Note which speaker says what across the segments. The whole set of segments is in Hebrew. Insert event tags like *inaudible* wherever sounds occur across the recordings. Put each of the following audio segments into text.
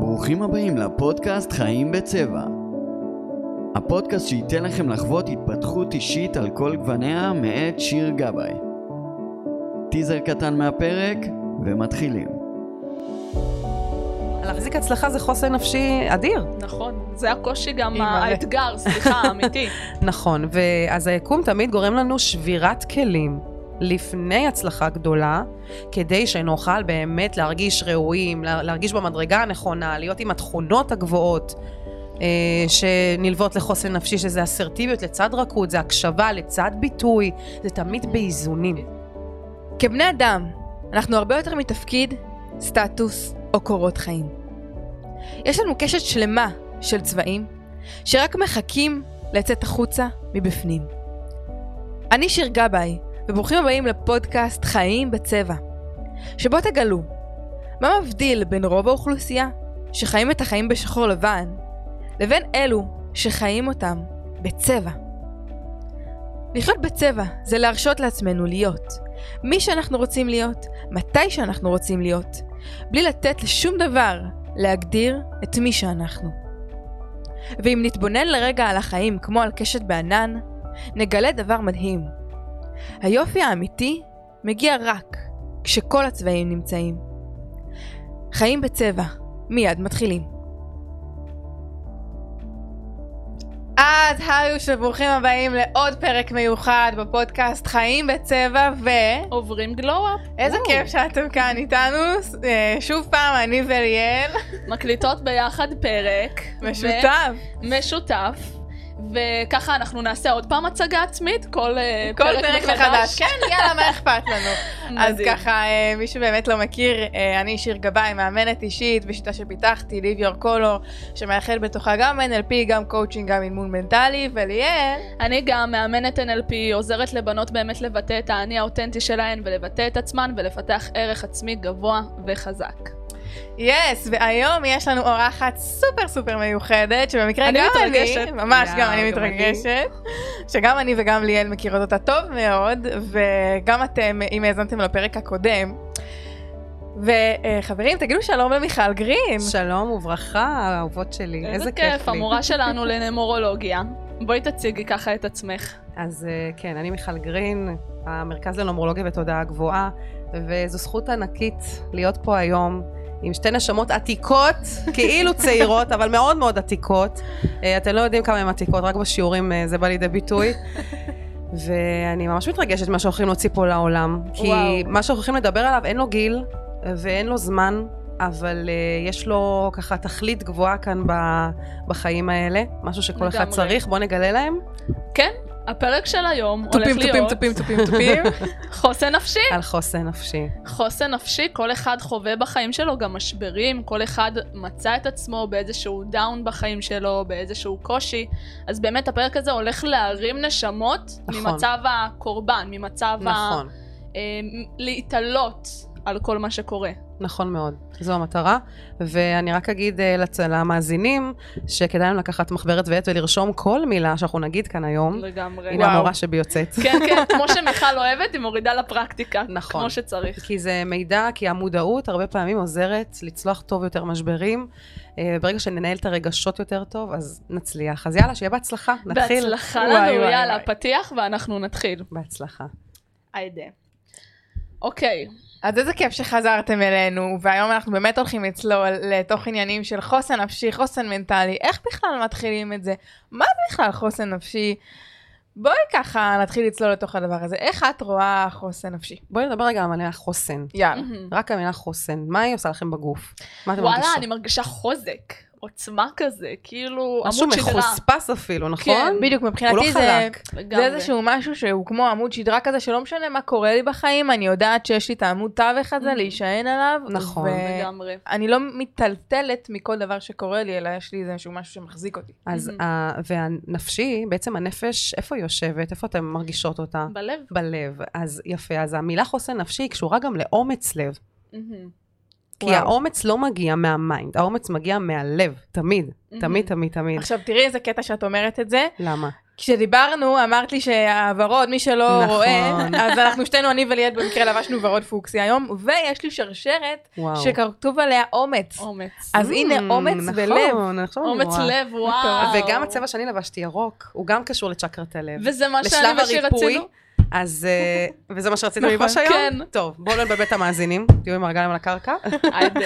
Speaker 1: ברוכים הבאים לפודקאסט חיים בצבע. הפודקאסט שייתן לכם לחוות התפתחות אישית על כל גווניה מאת שיר גבאי. טיזר קטן מהפרק, ומתחילים.
Speaker 2: להחזיק הצלחה זה חוסן נפשי אדיר.
Speaker 3: נכון, זה הקושי גם,
Speaker 2: אימא'לה.
Speaker 3: האתגר,
Speaker 4: *laughs*
Speaker 3: סליחה, האמיתי.
Speaker 2: נכון, ואז היקום תמיד גורם לנו שבירת כלים לפני הצלחה גדולה, כדי שנוכל באמת להרגיש ראויים, לה- להרגיש במדרגה הנכונה, להיות עם התכונות הגבוהות אה, שנלוות לחוסן נפשי, שזה אסרטיביות לצד רכות, זה הקשבה לצד ביטוי, זה תמיד באיזונים.
Speaker 4: כבני אדם, אנחנו הרבה יותר מתפקיד, סטטוס או קורות חיים. יש לנו קשת שלמה של צבעים שרק מחכים לצאת החוצה מבפנים. אני שיר גבאי, וברוכים הבאים לפודקאסט חיים בצבע, שבו תגלו מה מבדיל בין רוב האוכלוסייה שחיים את החיים בשחור לבן, לבין אלו שחיים אותם בצבע. לחיות בצבע זה להרשות לעצמנו להיות, מי שאנחנו רוצים להיות, מתי שאנחנו רוצים להיות, בלי לתת לשום דבר להגדיר את מי שאנחנו. ואם נתבונן לרגע על החיים כמו על קשת בענן, נגלה דבר מדהים. היופי האמיתי מגיע רק כשכל הצבעים נמצאים. חיים בצבע, מיד מתחילים. אז היוש וברוכים הבאים לעוד פרק מיוחד בפודקאסט חיים בצבע ו...
Speaker 3: עוברים גלו-אפ,
Speaker 4: איזה
Speaker 2: וואו.
Speaker 4: כיף שאתם כאן איתנו, אה, שוב פעם אני וליאל,
Speaker 3: מקליטות ביחד פרק.
Speaker 4: משותף,
Speaker 3: ו- משותף. וככה אנחנו נעשה עוד פעם הצגה עצמית, כל אה,
Speaker 4: כל פרק מחדש, כן יאללה מה אכפת לנו. אז
Speaker 3: מדהים.
Speaker 4: ככה אה, מי שבאמת לא מכיר, אה, אני שיר גבאי, מאמנת אישית בשיטה שפיתחתי, Live Your Color, שמאחד בתוכה גם NLP, גם קואוצ'ינג, גם אימון מנטלי, וליאל,
Speaker 3: אני גם מאמנת NLP, עוזרת לבנות באמת לבטא את האני האותנטי שלהן ולבטא את עצמן ולפתח ערך עצמי גבוה וחזק.
Speaker 4: יס, והיום יש לנו אורחת סופר סופר מיוחדת, שבמקרה
Speaker 3: אני
Speaker 4: גם
Speaker 3: מתרגשת.
Speaker 4: אני, ממש
Speaker 2: יאו,
Speaker 4: גם אני
Speaker 2: גם אני.
Speaker 4: מתרגשת, שגם אני וגם ליאל מכירות אותה טוב מאוד, וגם אתם, אם האזנתם לפרק הקודם. וחברים, תגידו שלום למיכל גרין.
Speaker 2: שלום וברכה, האהובות שלי, איזה כיף לי.
Speaker 3: המורה שלנו לנמורולוגיה. בואי תציגי ככה את עצמך.
Speaker 2: אז אה, כן, אני מיכל גרין, המרכז לנומרולוגיה ותודעה גבוהה, וזו זכות ענקית להיות פה היום עם שתי נשמות עתיקות, *laughs* כאילו צעירות, אבל מאוד מאוד עתיקות. אה, אתם לא יודעים כמה הן עתיקות, רק בשיעורים אה, זה בא לידי
Speaker 3: *laughs*
Speaker 2: ביטוי. ואני ממש מתרגשת ממה שהולכים להוציא פה לעולם, כי
Speaker 3: וואו.
Speaker 2: מה שהולכים לדבר עליו אין לו גיל ואין לו זמן, אבל אה, יש לו ככה תכלית גבוהה כאן ב- בחיים האלה, משהו שכל אחד
Speaker 3: לגמרי.
Speaker 2: צריך, בואו נגלה להם.
Speaker 3: הפרק של היום הולך
Speaker 4: תופים, תופים,
Speaker 3: להיות
Speaker 4: תופים, תופים, תופים.
Speaker 3: *laughs* חוסן נפשי.
Speaker 2: על חוסן נפשי.
Speaker 3: חוסן נפשי, כל אחד חווה בחיים שלו גם משברים, כל אחד מצא את עצמו באיזשהו דאון בחיים שלו, באיזשהו קושי, אז באמת הפרק הזה הולך להרים נשמות
Speaker 2: נכון.
Speaker 3: ממצב הקורבן, ממצב ה...
Speaker 2: נכון,
Speaker 3: אה, להתעלות על כל מה שקורה.
Speaker 2: נכון מאוד. זו המטרה. ואני רק אגיד אה, לצ- למאזינים, שכדאי להם לקחת מחברת ועט ולרשום כל מילה שאנחנו נגיד כאן היום.
Speaker 3: לגמרי.
Speaker 2: הנה
Speaker 4: וואו.
Speaker 2: המורה שבי יוצאת.
Speaker 3: כן,
Speaker 2: *laughs*
Speaker 3: כן, כמו שמיכל אוהבת, היא מורידה לפרקטיקה.
Speaker 2: נכון.
Speaker 3: כמו שצריך.
Speaker 2: כי זה מידע, כי המודעות הרבה פעמים עוזרת לצלוח טוב יותר משברים. אה, ברגע שננהל את הרגשות יותר טוב, אז נצליח. אז יאללה, שיהיה בהצלחה, נתחיל.
Speaker 3: בהצלחה
Speaker 4: וואי,
Speaker 3: לנו,
Speaker 4: וואי,
Speaker 3: יאללה,
Speaker 4: וואי.
Speaker 3: פתיח ואנחנו נתחיל.
Speaker 2: בהצלחה.
Speaker 3: היידה. אוקיי,
Speaker 4: אז איזה כיף שחזרתם אלינו, והיום אנחנו באמת הולכים לצלול לתוך עניינים של חוסן נפשי, חוסן מנטלי, איך בכלל מתחילים את זה? מה זה בכלל חוסן נפשי? בואי ככה נתחיל לצלול לתוך הדבר הזה. איך את רואה חוסן נפשי?
Speaker 2: בואי נדבר רגע על המילה חוסן.
Speaker 4: יאללה.
Speaker 2: רק המילה חוסן, מה היא עושה לכם בגוף? מה אתם
Speaker 3: וואלה,
Speaker 2: מרגישות?
Speaker 3: אני מרגישה חוזק, עוצמה כזה, כאילו
Speaker 2: משהו
Speaker 3: עמוד שדרה.
Speaker 2: מחוספס אפילו, נכון?
Speaker 4: כן, בדיוק, מבחינתי
Speaker 2: הוא לא
Speaker 4: זה,
Speaker 2: חלק.
Speaker 4: זה
Speaker 3: לגמרי.
Speaker 4: איזשהו משהו שהוא כמו עמוד שדרה כזה, שלא משנה מה קורה לי בחיים, אני יודעת שיש לי את העמוד תווך הזה
Speaker 3: Mhm.
Speaker 4: להישען עליו.
Speaker 2: נכון.
Speaker 3: לגמרי.
Speaker 4: אני לא מיטלטלת מכל דבר שקורה לי, אלא יש לי איזשהו משהו שמחזיק אותי.
Speaker 2: אז
Speaker 3: Mhm.
Speaker 2: ה... והנפשי, בעצם הנפש, איפה היא יושבת? איפה אתן מרגישות אותה?
Speaker 3: בלב.
Speaker 2: בלב. אז יפה, אז המילה חוסן נפשי היא קשורה גם לאומץ לב.
Speaker 3: מהמם.
Speaker 2: כי
Speaker 4: וואו.
Speaker 2: האומץ לא מגיע מהמיינד, האומץ מגיע מהלב, תמיד. תמיד,
Speaker 3: מהמם.
Speaker 2: תמיד, תמיד.
Speaker 4: עכשיו תראי איזה קטע שאת אומרת את זה,
Speaker 2: למה?
Speaker 4: כשדיברנו, אמרת לי שהוורוד, מי שלא
Speaker 2: נכון.
Speaker 4: רואה, אז אנחנו שתינו, אני וליאת במקרה לבשנו ורוד פוקסי היום, ויש לי שרשרת
Speaker 2: וואו.
Speaker 4: שכתוב עליה אומץ.
Speaker 3: אומץ.
Speaker 4: אז הנה,
Speaker 2: Mm,
Speaker 4: אומץ
Speaker 2: נכון,
Speaker 4: ולב.
Speaker 2: עכשיו אני
Speaker 3: אומץ
Speaker 2: רואה.
Speaker 3: לב, וואו.
Speaker 2: וגם הצבע שאני לבשתי ירוק, הוא גם קשור לצ'קרת הלב.
Speaker 3: וזה מה שאני
Speaker 2: לשלב הריפוי.
Speaker 3: ושרצינו.
Speaker 2: אז, אה, וזה מה שרצינו
Speaker 3: נכון,
Speaker 2: ללבוש היום?
Speaker 3: כן.
Speaker 2: טוב, בואו לא נבלבל את המאזינים, תהיו עם הרגליים על הקרקע.
Speaker 3: היידה.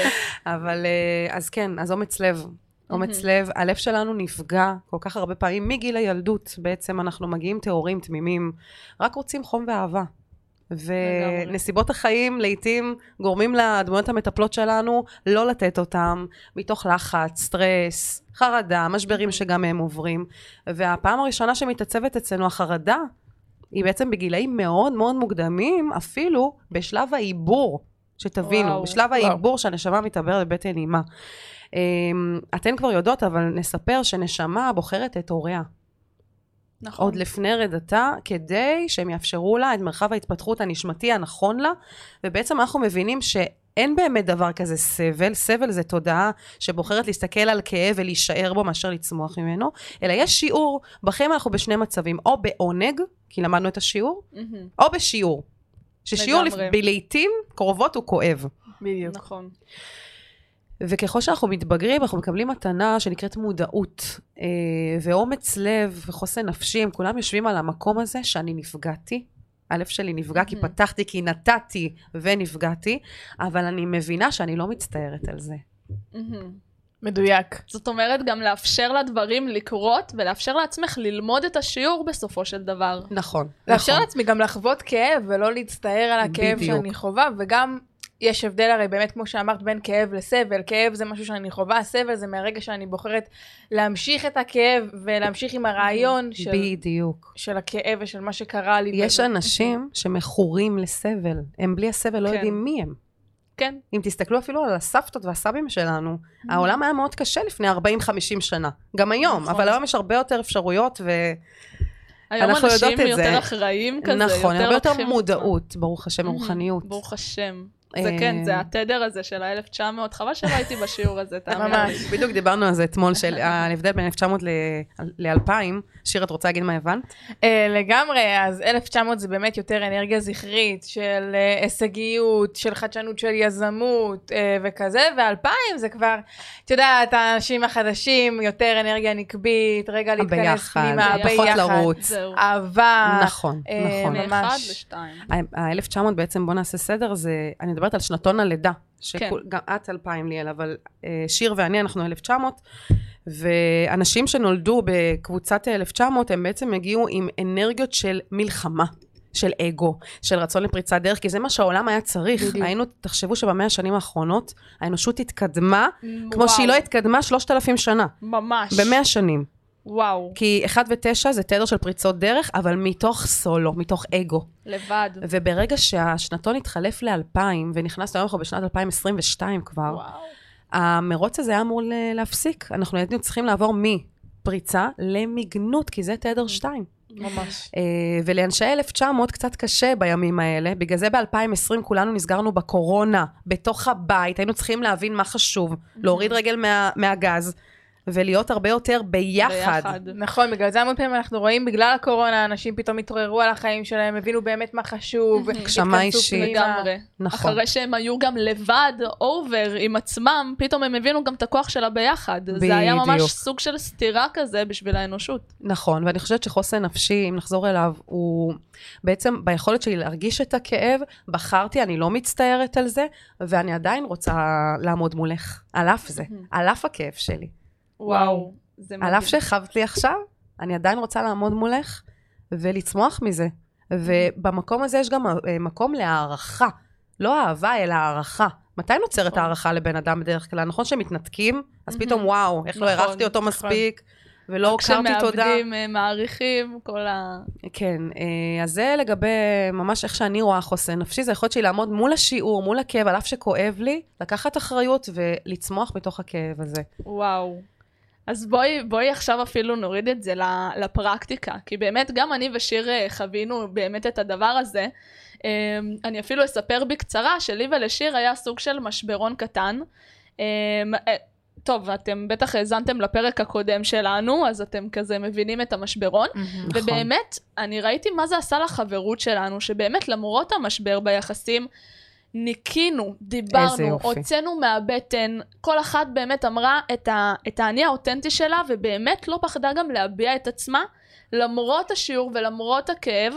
Speaker 2: אבל אה, אז כן, אז אומץ לב. אומץ לב, הלב שלנו נפגע כל כך הרבה פעמים מגיל הילדות. בעצם אנחנו מגיעים טהורים, תמימים, רק רוצים חום ואהבה.
Speaker 3: לגמרי.
Speaker 2: ונסיבות החיים לעתים גורמים לדמויות המטפלות שלנו לא לתת אותם, מתוך לחץ, סטרס, חרדה, משברים שגם הם עוברים. והפעם הראשונה שמתעצבת אצלנו החרדה, היא בעצם בגילאים מאוד מאוד מוקדמים, אפילו בשלב העיבור, שתבינו,
Speaker 3: וואו.
Speaker 2: בשלב העיבור שהנשמה מתעברת לבטן אימה. אמ, אתן כבר יודעות, אבל נספר שנשמה בוחרת את הוריה
Speaker 3: נכון.
Speaker 2: עוד לפני רדתה, כדי שהם יאפשרו לה את מרחב ההתפתחות הנשמתי הנכון לה, ובעצם אנחנו מבינים ש... אין באמת דבר כזה סבל, סבל זה תודעה שבוחרת להסתכל על כאב ולהישאר בו מאשר לצמוח ממנו, אלא יש שיעור, בחיים אנחנו בשני מצבים, או בעונג, כי למדנו את השיעור,
Speaker 3: מהמם.
Speaker 2: או בשיעור. ששיעור
Speaker 3: לגמרי.
Speaker 2: לעיתים קרובות הוא כואב.
Speaker 4: בדיוק.
Speaker 3: נכון.
Speaker 2: וככל שאנחנו מתבגרים, אנחנו מקבלים מתנה שנקראת מודעות, אה, ואומץ לב וחוסן נפשי, הם כולם יושבים על המקום הזה שאני נפגעתי. הלב שלי נפגע כי
Speaker 3: Mhm.
Speaker 2: פתחתי, כי נתתי ונפגעתי, אבל אני מבינה שאני לא מצטערת על זה.
Speaker 3: מהמם.
Speaker 4: מדויק.
Speaker 3: זאת אומרת, גם לאפשר לדברים לקרות ולאפשר לעצמך ללמוד את השיעור בסופו של דבר.
Speaker 2: נכון.
Speaker 4: לאפשר לעצמי גם לחוות כאב ולא להצטער על הכאב
Speaker 2: בדיוק.
Speaker 4: שאני חווה, וגם יש הבדל הרי באמת, כמו שאמרת, בין כאב לסבל. כאב זה משהו שאני חווה, סבל זה מהרגע שאני בוחרת להמשיך את הכאב ולהמשיך עם הרעיון של,
Speaker 2: בדיוק.
Speaker 4: של הכאב ושל מה שקרה לי.
Speaker 2: יש
Speaker 4: באמת.
Speaker 2: אנשים שמכורים לסבל, הם בלי הסבל לא
Speaker 3: כן.
Speaker 2: יודעים מי הם.
Speaker 3: כן. Mm-hmm.
Speaker 2: אם תסתכלו אפילו על הסבתות והסבים שלנו, העולם היה מאוד קשה לפני 40-50 שנה. גם היום,
Speaker 3: נכון.
Speaker 2: אבל היום יש הרבה יותר אפשרויות ו...
Speaker 3: היום
Speaker 2: אנחנו
Speaker 3: אנשים
Speaker 2: יודעות את זה.
Speaker 3: יותר אחראים כזה,
Speaker 2: נכון, הרבה יותר
Speaker 3: לוקחים-
Speaker 2: מודעות, ברוך השם,
Speaker 3: מהמם.
Speaker 2: רוחניות.
Speaker 3: ברוך השם. זה
Speaker 2: אה,
Speaker 3: כן, זה התדר הזה של ה-1900. חבל שלא הייתי בשיעור הזה, תאמין לי.
Speaker 4: ממש.
Speaker 2: בדיוק דיברנו על זה אתמול, של ההבדל בין 1900 ל-2000. שיר, את רוצה להגיד מה הבנת?
Speaker 4: אה, לגמרי, אז 1900 זה באמת יותר אנרגיה זכרית של אה, הישגיות, של חדשנות, של יזמות אה, וכזה, ו-2000 זה כבר, את יודעת, האנשים החדשים, יותר אנרגיה נקבית, רגע להתכנס
Speaker 2: הביחד,
Speaker 4: פנימה,
Speaker 3: ביחד.
Speaker 2: פחות לרוץ.
Speaker 3: זהו.
Speaker 4: אהבה.
Speaker 2: נכון,
Speaker 4: אה,
Speaker 2: נכון.
Speaker 4: ממש.
Speaker 3: מאחד לשתיים.
Speaker 2: ה-1900 בעצם, בוא נעשה סדר, זה, אני מדברת על שנתון הלידה. שכול,
Speaker 3: כן.
Speaker 2: גם את 2000 ליאל, אבל אה, שיר ואני, אנחנו 1900, ואנשים שנולדו בקבוצת 1900, הם בעצם הגיעו עם אנרגיות של מלחמה. של אגו, של רצון לפריצת דרך, כי זה מה שהעולם היה צריך.
Speaker 4: בדיוק.
Speaker 2: היינו, תחשבו שבמאה השנים האחרונות, האנושות התקדמה, כמו
Speaker 3: וואו,
Speaker 2: שהיא לא התקדמה שלושת אלפים שנה,
Speaker 3: ממש.
Speaker 2: במאה שנים.
Speaker 3: וואו,
Speaker 2: כי 1 ו-9 זה תדר של פריצות דרך, אבל מתוך סולו, מתוך אגו.
Speaker 3: לבד.
Speaker 2: וברגע שהשנתון התחלף ל-2000, ונכנסנו היום אנחנו בשנת 2022 כבר, וואו.
Speaker 3: וואו.
Speaker 2: המרוץ הזה היה אמור ל- להפסיק. אנחנו היינו צריכים לעבור מפריצה למגנות, כי זה תדר 2.
Speaker 3: ממש.
Speaker 2: אה, ולאנשי 1900 קצת קשה בימים האלה, בגלל זה ב-2020 כולנו נסגרנו בקורונה, בתוך הבית, היינו צריכים להבין מה חשוב, להוריד רגל מה, מהגז, ולהיות הרבה יותר ביחד.
Speaker 3: ביחד.
Speaker 4: נכון, בגלל זה המון פעמים אנחנו רואים, בגלל הקורונה, אנשים פתאום התעוררו על החיים שלהם, הבינו באמת מה חשוב.
Speaker 2: הגשמה
Speaker 4: התכנסו
Speaker 2: אישית.
Speaker 4: פנימה.
Speaker 3: לגמרי.
Speaker 2: נכון.
Speaker 3: אחרי שהם היו גם לבד, אובר, עם עצמם, פתאום הם הבינו גם את הכוח שלה ביחד. זה היה ממש
Speaker 2: בדיוק.
Speaker 3: סוג של סתירה כזה בשביל האנושות.
Speaker 2: נכון, ואני חושבת שחוסן נפשי, אם נחזור אליו, הוא בעצם ביכולת שלי להרגיש את הכאב, בחרתי, אני לא מצטערת על זה, ואני עדיין רוצה לעמוד מולך, על אף זה, על אף הכאב שלי.
Speaker 3: וואו. זה
Speaker 2: על
Speaker 3: מדהים.
Speaker 2: אף שהרחבת לי עכשיו, אני עדיין רוצה לעמוד מולך ולצמוח מזה. ובמקום הזה יש גם אה, מקום להערכה. לא אהבה, אלא הערכה. מתי נוצרת
Speaker 3: נכון.
Speaker 2: הערכה לבן אדם בדרך כלל? נכון שמתנתקים, אז פתאום
Speaker 3: מהמם.
Speaker 2: וואו, איך לא
Speaker 3: נכון,
Speaker 2: הערכתי אותו מספיק, ולא הוכרתי תודה.
Speaker 3: כשמאבדים, אה, מעריכים, כל ה...
Speaker 2: כן, אה, אז זה לגבי ממש איך שאני רואה חוסן נפשי, זה היכולת שלי לעמוד מול השיעור, מול הכאב, על אף שכואב לי, לקחת אחריות ולצמוח בתוך הכאב הזה.
Speaker 3: וואו. אז בואי, בואי עכשיו אפילו נוריד את זה ל- לפרקטיקה, כי באמת גם אני ושיר אה, חווינו באמת את הדבר הזה. אמ, אני אפילו אספר בקצרה שלי ולשיר היה סוג של משברון קטן. אמ, אה, טוב, אתם בטח האזנתם לפרק הקודם שלנו, אז אתם כזה מבינים את המשברון.
Speaker 2: נכון.
Speaker 3: ובאמת, אני ראיתי מה זה עשה לחברות שלנו, שבאמת למרות המשבר ביחסים, ניקינו,
Speaker 2: איזה
Speaker 3: דיברנו,
Speaker 2: יופי.
Speaker 3: הוצאנו מהבטן, כל אחת באמת אמרה את, ה, את האני האותנטי שלה, ובאמת לא פחדה גם להביע את עצמה, למרות השיעור ולמרות הכאב,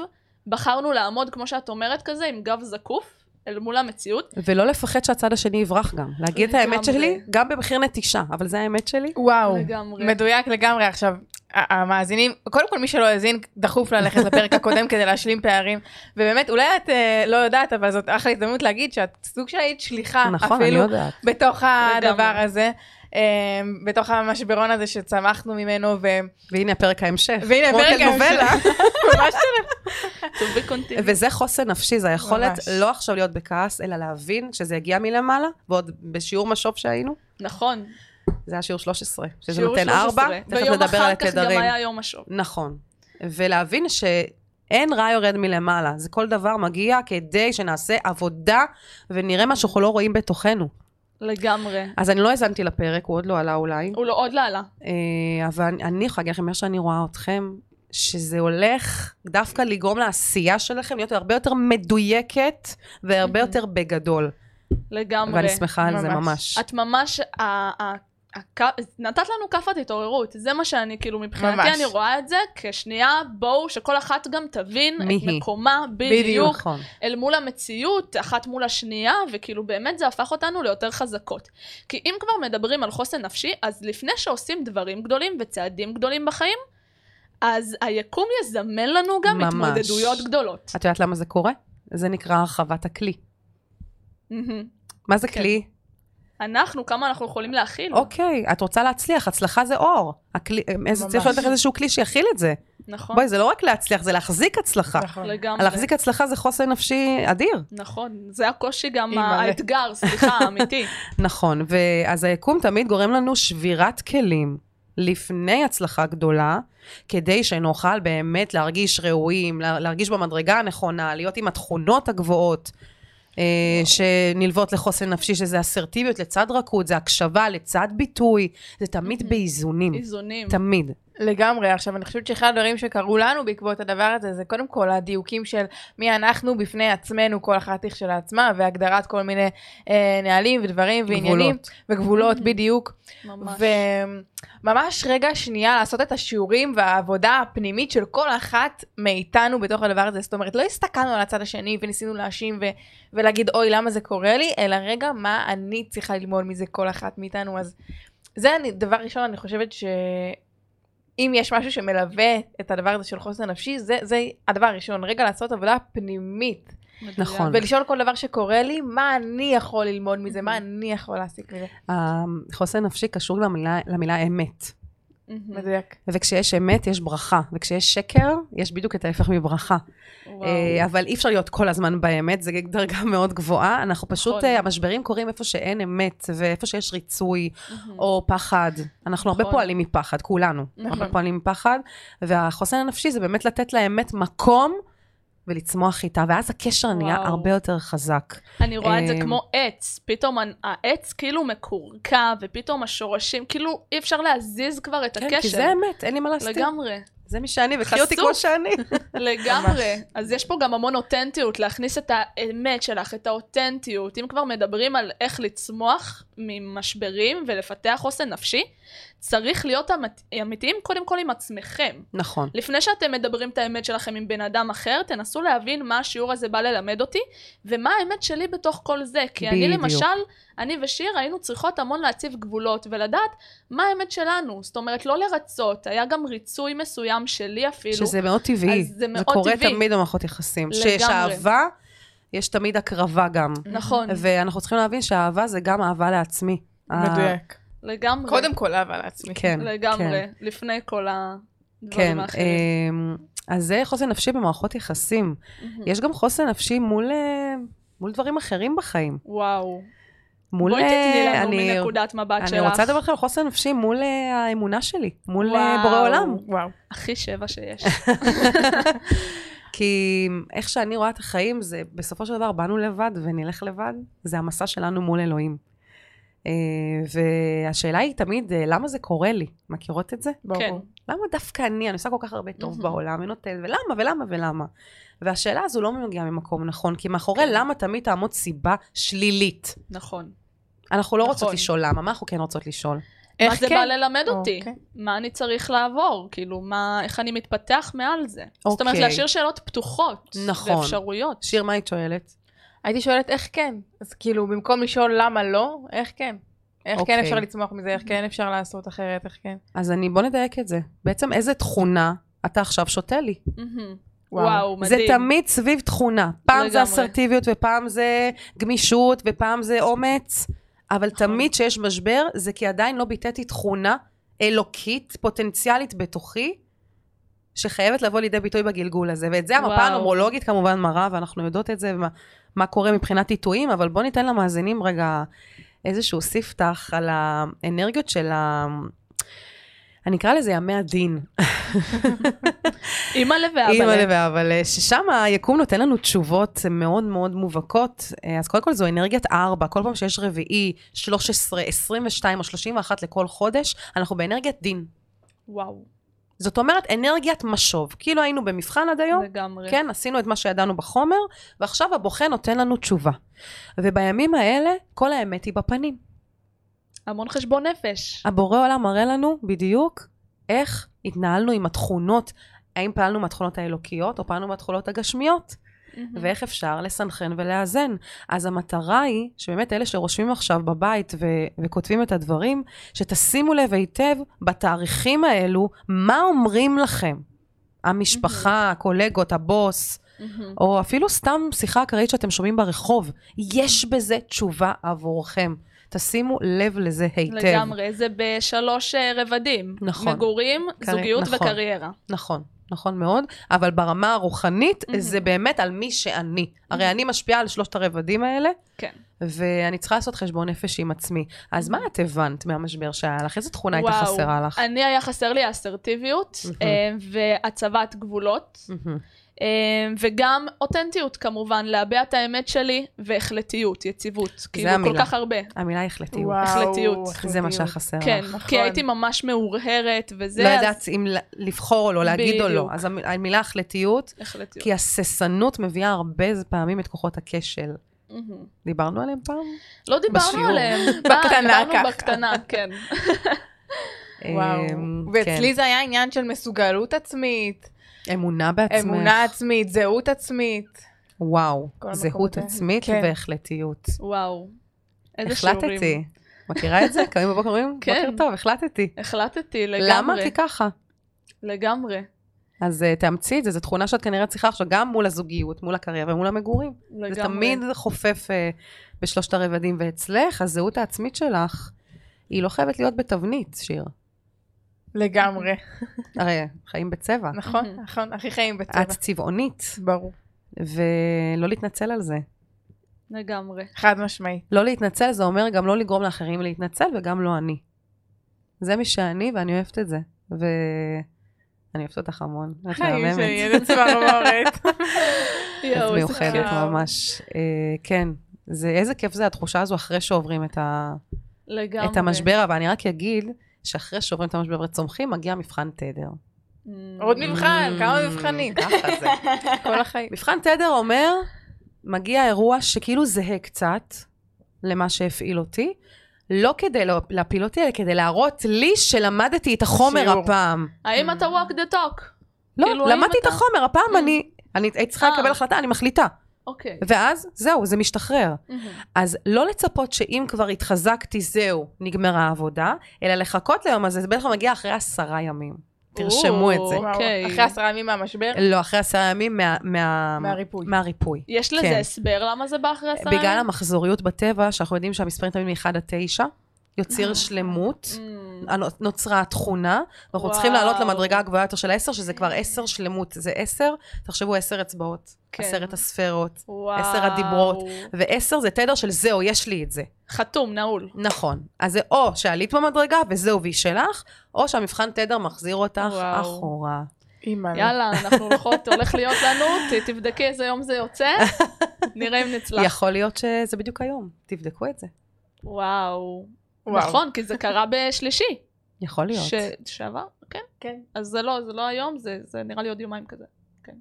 Speaker 3: בחרנו לעמוד, כמו שאת אומרת, כזה עם גב זקוף, אל מול המציאות.
Speaker 2: ולא לפחד שהצד השני יברח גם. להגיד את האמת
Speaker 3: לגמרי.
Speaker 2: שלי, גם במחיר נטישה, אבל זה האמת שלי.
Speaker 4: וואו,
Speaker 3: לגמרי.
Speaker 4: מדויק לגמרי עכשיו. ה- המאזינים, קודם כל מי שלא האזין, דחוף ללכת לפרק הקודם כדי להשלים פערים. ובאמת, אולי את אה, לא יודעת, אבל זאת אחלה הזדמנות להגיד שאת סוג של היית
Speaker 3: אה,
Speaker 4: שליחה,
Speaker 2: נכון, אני
Speaker 4: אפילו
Speaker 2: יודעת.
Speaker 4: בתוך הדבר
Speaker 3: לגמרי.
Speaker 4: הזה, אה, בתוך המשברון הזה שצמחנו ממנו, ו...
Speaker 2: והנה הפרק ההמשך.
Speaker 4: והנה נכון.
Speaker 2: כמו
Speaker 4: הפרק
Speaker 2: טלנובלה.
Speaker 4: ממש
Speaker 3: To be continued.
Speaker 2: וזה חוסן נפשי, זה היכולת
Speaker 4: ממש.
Speaker 2: לא עכשיו להיות בכעס, אלא להבין שזה יגיע מלמעלה, ועוד בשיעור משוב שהיינו,
Speaker 3: נכון.
Speaker 2: זה היה שיעור 13, שזה
Speaker 3: שיעור
Speaker 2: נותן
Speaker 3: 13.
Speaker 2: 4, תכף
Speaker 3: ויום
Speaker 2: נדבר על
Speaker 3: אחר כך גם
Speaker 2: התדרים.
Speaker 3: היה יום השוב.
Speaker 2: נכון. ולהבין שאין רע יורד מלמעלה, זה כל דבר מגיע כדי שנעשה עבודה ונראה מה שאנחנו לא רואים בתוכנו.
Speaker 3: לגמרי.
Speaker 2: אז אני לא האזנתי לפרק, הוא עוד לא עלה אולי,
Speaker 3: הוא לא, עוד לא עלה.
Speaker 2: אה, אבל אני- אני יכולה להגיד לכם, איך שאני רואה אתכם, שזה הולך דווקא לגרום לעשייה שלכם להיות הרבה יותר מדויקת והרבה
Speaker 3: Mhm.
Speaker 2: יותר בגדול.
Speaker 3: לגמרי.
Speaker 2: ואני שמחה על זה
Speaker 4: ממש.
Speaker 2: ממש.
Speaker 3: את ממש, ה- ה- הכ- נתת לנו כאפת התעוררות, זה מה שאני כאילו, מבחינתי
Speaker 4: ממש.
Speaker 3: אני רואה את זה כשנייה, בואו, שכל אחת גם תבין
Speaker 2: מי
Speaker 3: את
Speaker 2: היא.
Speaker 3: מקומה בדיוק,
Speaker 2: נכון.
Speaker 3: אל מול המציאות, אחת מול השנייה, וכאילו באמת זה הפך אותנו ליותר חזקות. כי אם כבר מדברים על חוסן נפשי, אז לפני שעושים דברים גדולים וצעדים גדולים בחיים, אז היקום יזמן לנו גם
Speaker 2: ממש.
Speaker 3: התמודדויות גדולות.
Speaker 2: את יודעת למה זה קורה? זה נקרא הרחבת הכלי.
Speaker 3: מהמם.
Speaker 2: מה זה
Speaker 3: כן.
Speaker 2: כלי?
Speaker 3: אנחנו, כמה אנחנו יכולים להכיל.
Speaker 2: אוקיי, את רוצה להצליח, הצלחה זה אור. הכלי, אמ, איזה, צריך
Speaker 4: ממש.
Speaker 2: להיות לך איזשהו כלי שיכיל את זה.
Speaker 3: נכון,
Speaker 2: בואי, זה לא רק להצליח, זה להחזיק הצלחה.
Speaker 4: נכון.
Speaker 3: לגמרי.
Speaker 2: להחזיק הצלחה זה חוסן נפשי אדיר.
Speaker 3: נכון, זה הקושי גם,
Speaker 4: אימא'לה.
Speaker 3: האתגר,
Speaker 2: *laughs*
Speaker 3: סליחה, האמיתי.
Speaker 2: נכון, ואז היקום תמיד גורם לנו שבירת כלים לפני הצלחה גדולה, כדי שנוכל באמת להרגיש ראויים, לה- להרגיש במדרגה הנכונה, להיות עם התכונות הגבוהות. אה, שנלוות לחוסן נפשי, שזה אסרטיביות לצד רכות, זה הקשבה לצד ביטוי, זה תמיד
Speaker 3: Mhm.
Speaker 2: באיזונים,
Speaker 3: איזונים.
Speaker 2: תמיד.
Speaker 4: לגמרי. עכשיו, אני חושבת שאחד הדברים שקרו לנו בעקבות הדבר הזה, זה קודם כל הדיוקים של מי אנחנו בפני עצמנו, כל אחת כשלעצמה, והגדרת כל מיני אה, נהלים ודברים ועניינים.
Speaker 2: גבולות.
Speaker 4: וגבולות
Speaker 3: Mhm.
Speaker 4: בדיוק.
Speaker 3: ממש.
Speaker 4: וממש רגע שנייה לעשות את השיעורים והעבודה הפנימית של כל אחת מאיתנו בתוך הדבר הזה. זאת אומרת, לא הסתכלנו על הצד השני וניסינו להאשים ו- ולהגיד, אוי, למה זה קורה לי, אלא רגע, מה אני צריכה ללמוד מזה כל אחת מאיתנו. אז זה אני, דבר ראשון, אני חושבת ש... אם יש משהו שמלווה את הדבר הזה של חוסן נפשי, זה, זה הדבר הראשון, רגע לעשות עבודה פנימית.
Speaker 3: מדויק.
Speaker 2: נכון.
Speaker 4: ולשאול כל דבר שקורה לי, מה אני יכול ללמוד מזה, מה
Speaker 3: Mhm.
Speaker 4: אני יכול להסיק מזה.
Speaker 2: החוסן נפשי קשור למילה, למילה אמת.
Speaker 3: מהמם.
Speaker 4: מדויק.
Speaker 2: וכשיש אמת, יש ברכה. וכשיש שקר, יש בדיוק את ההפך מברכה.
Speaker 3: וואו.
Speaker 2: אה, אבל אי אפשר להיות כל הזמן באמת, זו דרגה *laughs* מאוד גבוהה. אנחנו פשוט,
Speaker 3: נכון.
Speaker 2: אה, המשברים קורים איפה שאין אמת, ואיפה שיש ריצוי,
Speaker 3: מהמם.
Speaker 2: או פחד. אנחנו הרבה
Speaker 3: נכון.
Speaker 2: פועלים מפחד, כולנו. הרבה
Speaker 3: נכון.
Speaker 2: פועלים מפחד. והחוסן הנפשי זה באמת לתת לאמת מקום. ולצמוח איתה, ואז הקשר נהיה
Speaker 3: וואו.
Speaker 2: הרבה יותר חזק.
Speaker 3: אני רואה את זה
Speaker 2: אה,
Speaker 3: כמו עץ, פתאום הנ- העץ כאילו מקורקע, ופתאום השורשים, כאילו אי אפשר להזיז כבר את
Speaker 2: כן, כי
Speaker 3: הקשר.
Speaker 2: זה אמת, אין לי מה להסתיר.
Speaker 3: לגמרי,
Speaker 2: זה מי שאני, וקחי אותי
Speaker 3: חשוף.
Speaker 2: כמו
Speaker 3: *laughs*
Speaker 2: שאני.
Speaker 3: לגמרי. אז יש פה גם המון אותנטיות, להכניס את האמת שלך, את האותנטיות. אם כבר מדברים על איך לצמוח ממשברים ולפתח חוסן נפשי, צריך להיות אמת- אמיתיים קודם כל עם עצמכם.
Speaker 2: נכון.
Speaker 3: לפני שאתם מדברים את האמת שלכם עם בן אדם אחר, תנסו להבין מה השיעור הזה בא ללמד אותי, ומה האמת שלי בתוך כל זה. כי אני
Speaker 2: בדיוק.
Speaker 3: למשל, אני ושיר היינו צריכות המון להציב גבולות, ולדעת מה האמת שלנו. זאת אומרת, לא לרצות, היה גם ריצוי מסוים שלי אפילו.
Speaker 2: שזה מאוד טבעי.
Speaker 3: כאילו, אז זה מאוד
Speaker 2: קורה
Speaker 3: טבעי.
Speaker 2: תמיד במערכות יחסים.
Speaker 3: לגמרי.
Speaker 2: שיש אהבה, יש תמיד הקרבה גם.
Speaker 3: נכון,
Speaker 2: ואנחנו צריכים להבין שהאהבה זה גם אהבה לעצמי. אה,
Speaker 4: מדויק.
Speaker 3: לגמרי.
Speaker 4: קודם כל אה, אהבה לעצמי.
Speaker 2: כן.
Speaker 3: לגמרי,
Speaker 2: כן.
Speaker 3: לפני כל הדברים
Speaker 2: כן.
Speaker 3: האחרים.
Speaker 2: אמ, אז זה חוסן נפשי במערכות יחסים.
Speaker 3: מהמם.
Speaker 2: יש גם חוסן נפשי מול... אה, מול דברים אחרים בחיים.
Speaker 3: וואו.
Speaker 2: מול...
Speaker 3: בואי תתני
Speaker 2: אה,
Speaker 3: לנו
Speaker 2: אני-
Speaker 3: מנקודת מבט שלך.
Speaker 2: אני רוצה לדבר איתך על חוסן נפשי מול אה, האמונה שלי, מול אה,
Speaker 3: וואו.
Speaker 2: בורא עולם.
Speaker 4: וואו.
Speaker 3: הכי שבע
Speaker 2: *laughs*
Speaker 3: שיש.
Speaker 2: כי איך שאני רואה את החיים, זה בסופו של דבר באנו לבד ונלך לבד, זה המסע שלנו מול אלוהים. אה, והשאלה היא תמיד, אה, למה זה קורה לי? מכירות את זה?
Speaker 3: כן.
Speaker 2: למה דווקא אני, אני עושה כל כך הרבה טוב
Speaker 3: מהמם.
Speaker 2: בעולם, ונותן, ולמה, ולמה, ולמה? והשאלה הזו לא מגיעה ממקום נכון, כי מאחורי
Speaker 3: כן.
Speaker 2: למה תמיד תעמוד סיבה שלילית.
Speaker 3: נכון.
Speaker 2: אנחנו לא
Speaker 3: נכון.
Speaker 2: רוצות לשאול למה, מה אנחנו כן רוצות לשאול?
Speaker 4: איך
Speaker 3: מה זה
Speaker 4: כן?
Speaker 3: בא ללמד אותי?
Speaker 4: אוקיי.
Speaker 3: מה אני צריך לעבור? כאילו, מה, איך אני מתפתח מעל זה? זאת אומרת,
Speaker 2: אוקיי.
Speaker 3: להשאיר שאלות פתוחות.
Speaker 2: נכון.
Speaker 3: ואפשרויות.
Speaker 2: שיר, מה היית שואלת?
Speaker 4: הייתי שואלת איך כן. אז כאילו, במקום לשאול למה לא, איך כן. איך
Speaker 2: אוקיי.
Speaker 4: כן אפשר לצמוח מזה, איך כן אפשר לעשות אחרת, איך כן.
Speaker 2: אז אני, בוא נדייק את זה. בעצם איזה תכונה אתה עכשיו שותה לי?
Speaker 3: מהמם. וואו, מדהים.
Speaker 2: זה תמיד סביב תכונה. פעם זה
Speaker 3: לגמרי.
Speaker 2: אסרטיביות, ופעם זה גמישות, ופעם זה אומץ, אבל
Speaker 3: נכון.
Speaker 2: תמיד כשיש משבר, זה כי עדיין לא ביטאתי תכונה אלוקית, פוטנציאלית בתוכי, שחייבת לבוא לידי ביטוי בגלגול הזה. ואת זה המפה
Speaker 3: וואו.
Speaker 2: הנומרולוגית כמובן מראה, ואנחנו יודעות את זה, ומה מה קורה מבחינת עיתויים, אבל בואו ניתן למאזינים רגע איזשהו ספתח על האנרגיות של ה... אני אקרא לזה ימי הדין.
Speaker 3: אימא'לה
Speaker 2: אימא
Speaker 3: ואבאלה.
Speaker 2: לבעיה, אבל אה, ששם היקום נותן לנו תשובות מאוד מאוד מובהקות. אה, אז קודם כל זו אנרגיית ארבע, כל פעם שיש רביעי, 13, 22 או 31 לכל חודש, אנחנו באנרגיית דין.
Speaker 3: וואו,
Speaker 2: זאת אומרת, אנרגיית משוב. כאילו היינו במבחן עד היום,
Speaker 3: לגמרי.
Speaker 2: כן, עשינו את מה שידענו בחומר, ועכשיו הבוחן נותן לנו תשובה. ובימים האלה, כל האמת היא בפנים.
Speaker 3: המון חשבון נפש.
Speaker 2: הבורא עולם מראה לנו בדיוק איך התנהלנו עם התכונות, האם פעלנו מהתכונות האלוקיות או פעלנו מהתכונות הגשמיות.
Speaker 3: מהמם.
Speaker 2: Mm-hmm. ואיך אפשר לסנכרן ולאזן. אז המטרה היא שבאמת אלה שרושמים עכשיו בבית ו- וכותבים את הדברים, שתשימו לב היטב בתאריכים האלו, מה אומרים לכם? המשפחה, הקולגות, הבוס,
Speaker 3: מהמם.
Speaker 2: או אפילו סתם שיחה אקראית שאתם שומעים ברחוב. יש בזה תשובה עבורכם. תשימו לב לזה היטב.
Speaker 3: לגמרי, זה בשלוש אה, רבדים.
Speaker 2: נכון.
Speaker 3: מגורים,
Speaker 2: קרי-
Speaker 3: זוגיות
Speaker 2: נכון.
Speaker 3: וקריירה.
Speaker 2: נכון, נכון מאוד, אבל ברמה הרוחנית
Speaker 3: Mhm.
Speaker 2: זה באמת על מי שאני. הרי
Speaker 3: Mhm.
Speaker 2: אני משפיעה על שלושת הרבדים האלה.
Speaker 3: כן.
Speaker 2: ואני צריכה לעשות חשבון נפש עם עצמי. אז מה את הבנת מהמשבר שהיה לך? איזה תכונה הייתה
Speaker 3: וואו.
Speaker 2: חסרה לך?
Speaker 3: אני היה חסר לי האסרטיביות
Speaker 2: מהמם.
Speaker 3: אה, והצבת גבולות,
Speaker 2: מהמם.
Speaker 3: אה, וגם אותנטיות כמובן, להביע את האמת שלי, והחלטיות, יציבות. כאילו, כל
Speaker 2: המילה. אה,
Speaker 3: כך הרבה.
Speaker 2: המילה החלטיות.
Speaker 3: החלטיות.
Speaker 2: זה מה שהיה חסר
Speaker 3: כן,
Speaker 2: לך.
Speaker 3: כי הייתי ממש מאורהרת, וזה...
Speaker 2: נכון. לא
Speaker 3: אז
Speaker 2: ידעת אם ל- לבחור או לא, להגיד או לא.
Speaker 3: בדיוק.
Speaker 2: אז המ- המילה החלטיות,
Speaker 3: החלטיות.
Speaker 2: כי הססנות מביאה הרבה פעמים את כוחות הכשל.
Speaker 3: מהמם.
Speaker 2: דיברנו עליהם פעם?
Speaker 3: לא דיברנו
Speaker 2: בשיעור. *laughs*
Speaker 3: עליהם.
Speaker 4: בקטנה
Speaker 3: דיברנו
Speaker 4: ככה.
Speaker 3: בקטנה, כן.
Speaker 4: וואו.
Speaker 2: אמ,
Speaker 4: ואצלי זה היה עניין של מסוגלות עצמית,
Speaker 2: כן. אמונה בעצמך.
Speaker 4: אמונה עצמית, זהות עצמית.
Speaker 2: וואו.
Speaker 4: כל המקומות
Speaker 2: זהות
Speaker 4: האלה.
Speaker 2: עצמית
Speaker 4: כן.
Speaker 2: והחלטיות.
Speaker 3: וואו. איזה שיעורים.
Speaker 2: החלטתי. מכירה את זה? קמים בבוקר אומרים,
Speaker 3: כן.
Speaker 2: בוקר טוב, החלטתי.
Speaker 3: החלטתי לגמרי.
Speaker 2: למה? כי ככה.
Speaker 3: לגמרי.
Speaker 2: אז uh, תאמצי את זה, זו תכונה שאת כנראה צריכה עכשיו גם מול הזוגיות, מול הקריירה ומול המגורים.
Speaker 3: לגמרי.
Speaker 2: זה תמיד חופף uh, בשלושת הרבדים, ואצלך הזהות העצמית שלך, היא לא חייבת להיות בתבנית, שיר.
Speaker 4: לגמרי.
Speaker 2: הרי חיים בצבע.
Speaker 4: נכון,
Speaker 3: *laughs* Mhm.
Speaker 4: נכון, הכי חיים
Speaker 2: את
Speaker 4: בצבע.
Speaker 2: צבעונית,
Speaker 4: ברור.
Speaker 2: ולא להתנצל על זה.
Speaker 3: לגמרי.
Speaker 4: חד משמעית.
Speaker 2: לא להתנצל זה אומר גם לא לגרום לאחרים להתנצל, וגם לא אני. זה מי שאני, ואני אוהבת את זה. ואני אוהבת אותך המון. את
Speaker 4: חיים
Speaker 2: מהממת.
Speaker 4: של *laughs* ילד צמרמורת.
Speaker 2: את
Speaker 3: יואו, איזה
Speaker 2: מיוחדת
Speaker 3: כיף.
Speaker 4: חלב.
Speaker 2: ממש. אה, כן, זה, איזה כיף זה התחושה הזו אחרי שעוברים את, ה,
Speaker 3: לגמרי.
Speaker 2: את המשבר, אבל אני רק אגיד שאחרי שעוברים את המשבר וצומחים, מגיע מבחן תדר. Mm.
Speaker 3: Mm.
Speaker 4: עוד מבחן, כמה מבחנים.
Speaker 2: ככה זה. *laughs*
Speaker 4: כל החיים.
Speaker 2: מבחן תדר אומר, מגיע אירוע שכאילו זהה קצת למה שהפעיל אותי, לא כדי לא- להפיל אותי, אלא כדי להראות לי שלמדתי את החומר
Speaker 4: שיעור.
Speaker 2: הפעם.
Speaker 3: האם
Speaker 2: Mm.
Speaker 3: אתה walk the talk?
Speaker 2: לא,
Speaker 3: כאילו, האם
Speaker 2: למדתי את
Speaker 3: אתה-
Speaker 2: החומר, הפעם
Speaker 3: Mm.
Speaker 2: אני... אני הייתי צריכה
Speaker 3: אה.
Speaker 2: לקבל החלטה, אני מחליטה.
Speaker 3: אוקיי.
Speaker 2: ואז, זהו, זה משתחרר.
Speaker 3: מהמם.
Speaker 2: אז לא לצפות שאם כבר התחזקתי, זהו, נגמרה העבודה, אלא לחכות ליום הזה, זה בדרך כלל מגיע אחרי עשרה ימים. תרשמו את זה.
Speaker 3: או, אוקיי.
Speaker 4: וואו, אחרי עשרה ימים מהמשבר,
Speaker 2: לא, אחרי עשרה ימים מה- מה-
Speaker 4: מהריפוי.
Speaker 2: מהריפוי.
Speaker 3: יש
Speaker 2: כן.
Speaker 3: לזה הסבר למה זה בא אחרי עשרה ימים?
Speaker 2: בגלל המחזוריות בטבע, שאנחנו יודעים שהמספרים תמיד מ-1 עד 9, יוצר
Speaker 3: אה.
Speaker 2: שלמות,
Speaker 3: Mm.
Speaker 2: הנ- נוצרה התכונה, ואנחנו
Speaker 3: וואו.
Speaker 2: צריכים לעלות למדרגה הגבוהה יותר של 10, שזה כבר 10 שלמות, זה 10, תחשבו 10 אצבעות,
Speaker 3: כן.
Speaker 2: 10 הספרות,
Speaker 3: וואו.
Speaker 2: עשר הדיברות. ו-10 זה תדר של זהו, יש לי את זה.
Speaker 3: חתום, נעול.
Speaker 2: נכון. אז זה או שעלית במדרגה וזהו והיא שלך, או שהמבחן תדר מחזיר אותך
Speaker 3: וואו.
Speaker 2: אחורה. כן.
Speaker 4: אימא'לה.
Speaker 3: יאללה, אנחנו הולכות, הולך להיות לנו, ת- תבדקי
Speaker 2: *laughs*
Speaker 3: איזה יום זה יוצא, נראה אם נצלח.
Speaker 2: יכול להיות שזה בדיוק היום, תבדקו את זה.
Speaker 3: וואו. נכון, כי זה קרה בשלישי.
Speaker 2: יכול להיות.
Speaker 3: ש- שעבר, כן.
Speaker 4: כן.
Speaker 3: אז זה לא, זה לא היום, זה זה נראה לי עוד יומיים כזה. לא,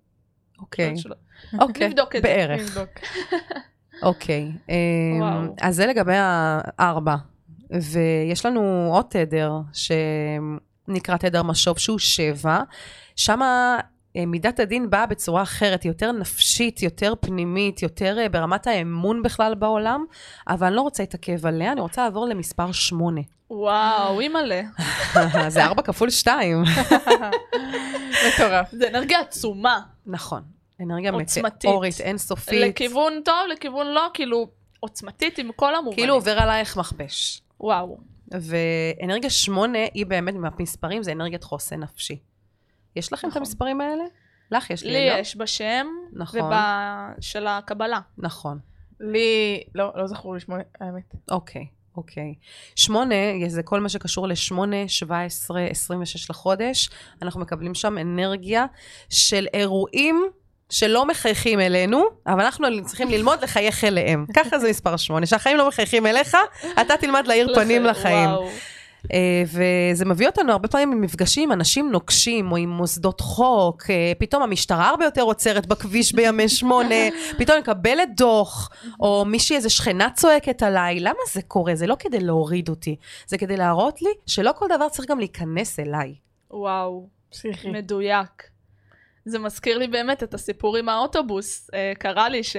Speaker 2: אוקיי.
Speaker 3: שלא-
Speaker 2: *laughs* אוקיי.
Speaker 3: נבדוק את זה.
Speaker 2: בערך.
Speaker 3: נבדוק.
Speaker 2: אוקיי. אמ,
Speaker 3: וואו.
Speaker 2: אז זה לגבי הארבע. ויש לנו עוד תדר שנקרא תדר משוב שהוא שבע. שם מידת הדין באה בצורה אחרת, היא יותר נפשית, יותר פנימית, יותר אה, ברמת האמון בכלל בעולם, אבל אני לא רוצה להתעכב עליה, אני רוצה לעבור למספר שמונה. *laughs*
Speaker 3: וואו, אימא'לה.
Speaker 2: זה ארבע כפול שתיים.
Speaker 4: מטורף.
Speaker 3: זה אנרגיה
Speaker 2: *laughs*
Speaker 3: עצומה.
Speaker 2: נכון. אנרגיה
Speaker 3: עוצמתית.
Speaker 2: מטאורית, אינסופית.
Speaker 3: לכיוון טוב, לכיוון לא, כאילו, עוצמתית עם כל המובנים.
Speaker 2: כאילו עובר עלייך מכבש.
Speaker 3: וואו.
Speaker 2: ואנרגיה שמונה היא באמת, מהמספרים זה אנרגיית חוסן נפשי. יש לכם את
Speaker 3: נכון.
Speaker 2: המספרים האלה? לך יש לי,
Speaker 3: לי
Speaker 2: לא?
Speaker 3: יש בשם,
Speaker 2: נכון.
Speaker 3: ובשל הקבלה.
Speaker 2: נכון,
Speaker 4: לי, לא, לא זכור לי שמונה, האמת.
Speaker 2: אוקיי, אוקיי. שמונה, יש- זה כל מה שקשור לשמונה, שבע עשרה, עשרים ושש לחודש. אנחנו מקבלים שם אנרגיה של אירועים שלא מחייכים אלינו, אבל אנחנו צריכים ללמוד לחייך אליהם. ככה זה מספר שמונה, שהחיים לא מחייכים אליך, אתה תלמד להאיר פנים לחיים.
Speaker 3: וואו.
Speaker 2: אה, וזה מביא אותנו הרבה פעמים למפגשים עם אנשים נוקשים, או עם מוסדות חוק, אה, פתאום המשטרה הרבה יותר עוצרת בכביש
Speaker 3: *laughs*
Speaker 2: בימי שמונה, פתאום אני מקבלת דוח, או מישהי, איזה שכנה צועקת עליי, למה זה קורה? זה לא כדי להוריד אותי, זה כדי להראות לי שלא כל דבר צריך גם להיכנס אליי.
Speaker 3: וואו.
Speaker 4: פסיכי.
Speaker 3: מדויק. זה מזכיר לי באמת את הסיפור עם האוטובוס. אה, קרה לי ש...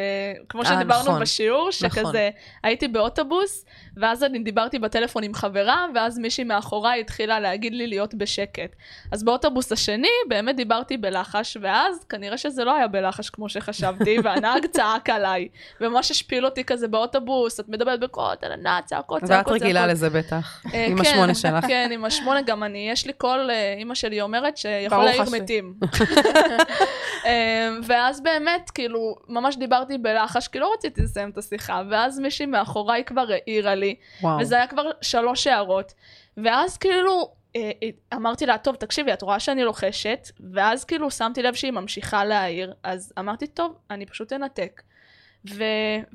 Speaker 3: כמו
Speaker 2: אה,
Speaker 3: שדיברנו
Speaker 2: נכון.
Speaker 3: בשיעור, שכזה
Speaker 2: נכון.
Speaker 3: הייתי באוטובוס, ואז אני דיברתי בטלפון עם חברה, ואז מישהי מאחוריי התחילה להגיד לי להיות בשקט. אז באוטובוס השני באמת דיברתי בלחש, ואז כנראה שזה לא היה בלחש
Speaker 2: *laughs*
Speaker 3: כמו שחשבתי, והנהג צעק עליי. וממש השפיל אותי כזה באוטובוס, את מדברת בקול, תלנה, צעקות, צעקות,
Speaker 2: ואת
Speaker 3: צעקות.
Speaker 2: רגילה לזה בטח,
Speaker 3: אה,
Speaker 2: עם
Speaker 3: כן,
Speaker 2: השמונה שלך.
Speaker 3: כן, עם השמונה גם אני, יש לי קול, אה, אימא שלי אומרת שיכול
Speaker 4: ברוך
Speaker 3: להעיר
Speaker 4: השם.
Speaker 3: מתים. אה, ואז באמת, כאילו, ממש דיברתי בלחש, כי לא רציתי לסיים את השיחה, ואז מישהי מאחוריי כבר העירה לי,
Speaker 2: וואו.
Speaker 3: וזה היה כבר שלוש הערות. ואז כאילו, אה, אה, אמרתי לה, טוב, תקשיבי, את רואה שאני לוחשת, ואז כאילו שמתי לב שהיא ממשיכה להעיר, אז אמרתי, טוב, אני פשוט אנתק. ו,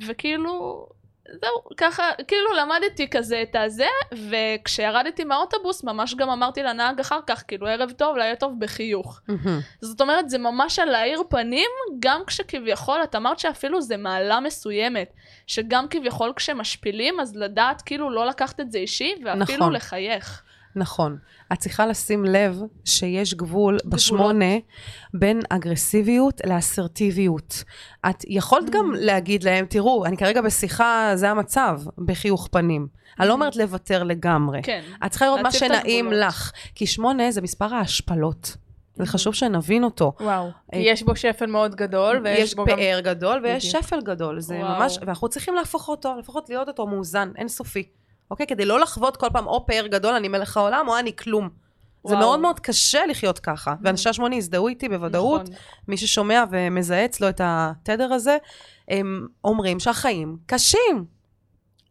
Speaker 3: וכאילו, זהו, ככה, כאילו למדתי כזה את הזה, וכשירדתי מהאוטובוס, ממש גם אמרתי לנהג אחר כך, כאילו, ערב טוב, לילה טוב, בחיוך.
Speaker 2: מהמם.
Speaker 3: זאת אומרת, זה ממש על להאיר פנים, גם כשכביכול, את אמרת שאפילו זה מעלה מסוימת, שגם כביכול כשמשפילים, אז לדעת כאילו לא לקחת את זה אישי, ואפילו
Speaker 2: נכון.
Speaker 3: נכון. לחייך.
Speaker 2: נכון. את צריכה לשים לב שיש גבול בשמונה בין אגרסיביות לאסרטיביות. את
Speaker 3: Mm.
Speaker 2: יכולת גם להגיד להם, תראו, אני כרגע בשיחה, זה המצב, בחיוך פנים. אני לא אומרת לוותר לגמרי.
Speaker 3: Mm. כן.
Speaker 2: את צריכה לראות מה
Speaker 3: להציב את
Speaker 2: שנעים
Speaker 3: הגבולות. Mm-hmm.
Speaker 2: לך, כי שמונה זה מספר ההשפלות. זה חשוב שנבין אותו.
Speaker 4: וואו. כי
Speaker 2: אה,
Speaker 4: יש בו שפל מאוד גדול, ויש
Speaker 2: יש
Speaker 4: בו גם...
Speaker 2: פאר גדול ויש
Speaker 4: בדיוק.
Speaker 2: שפל גדול, זה
Speaker 3: וואו.
Speaker 2: ממש, ואנחנו צריכים להפוך אותו, לפחות להיות אותו מאוזן, אינסופי, אוקיי? כדי לא לחוות כל פעם או פאר גדול, אני מלך העולם, או אני כלום. זה
Speaker 3: וואו.
Speaker 2: מאוד מאוד קשה לחיות ככה,
Speaker 4: Mm-hmm.
Speaker 2: ואנשי השמונה יזדהו איתי בוודאות,
Speaker 3: נכון.
Speaker 2: מי ששומע ומזהה אצלו את התדר הזה, הם אומרים שהחיים קשים,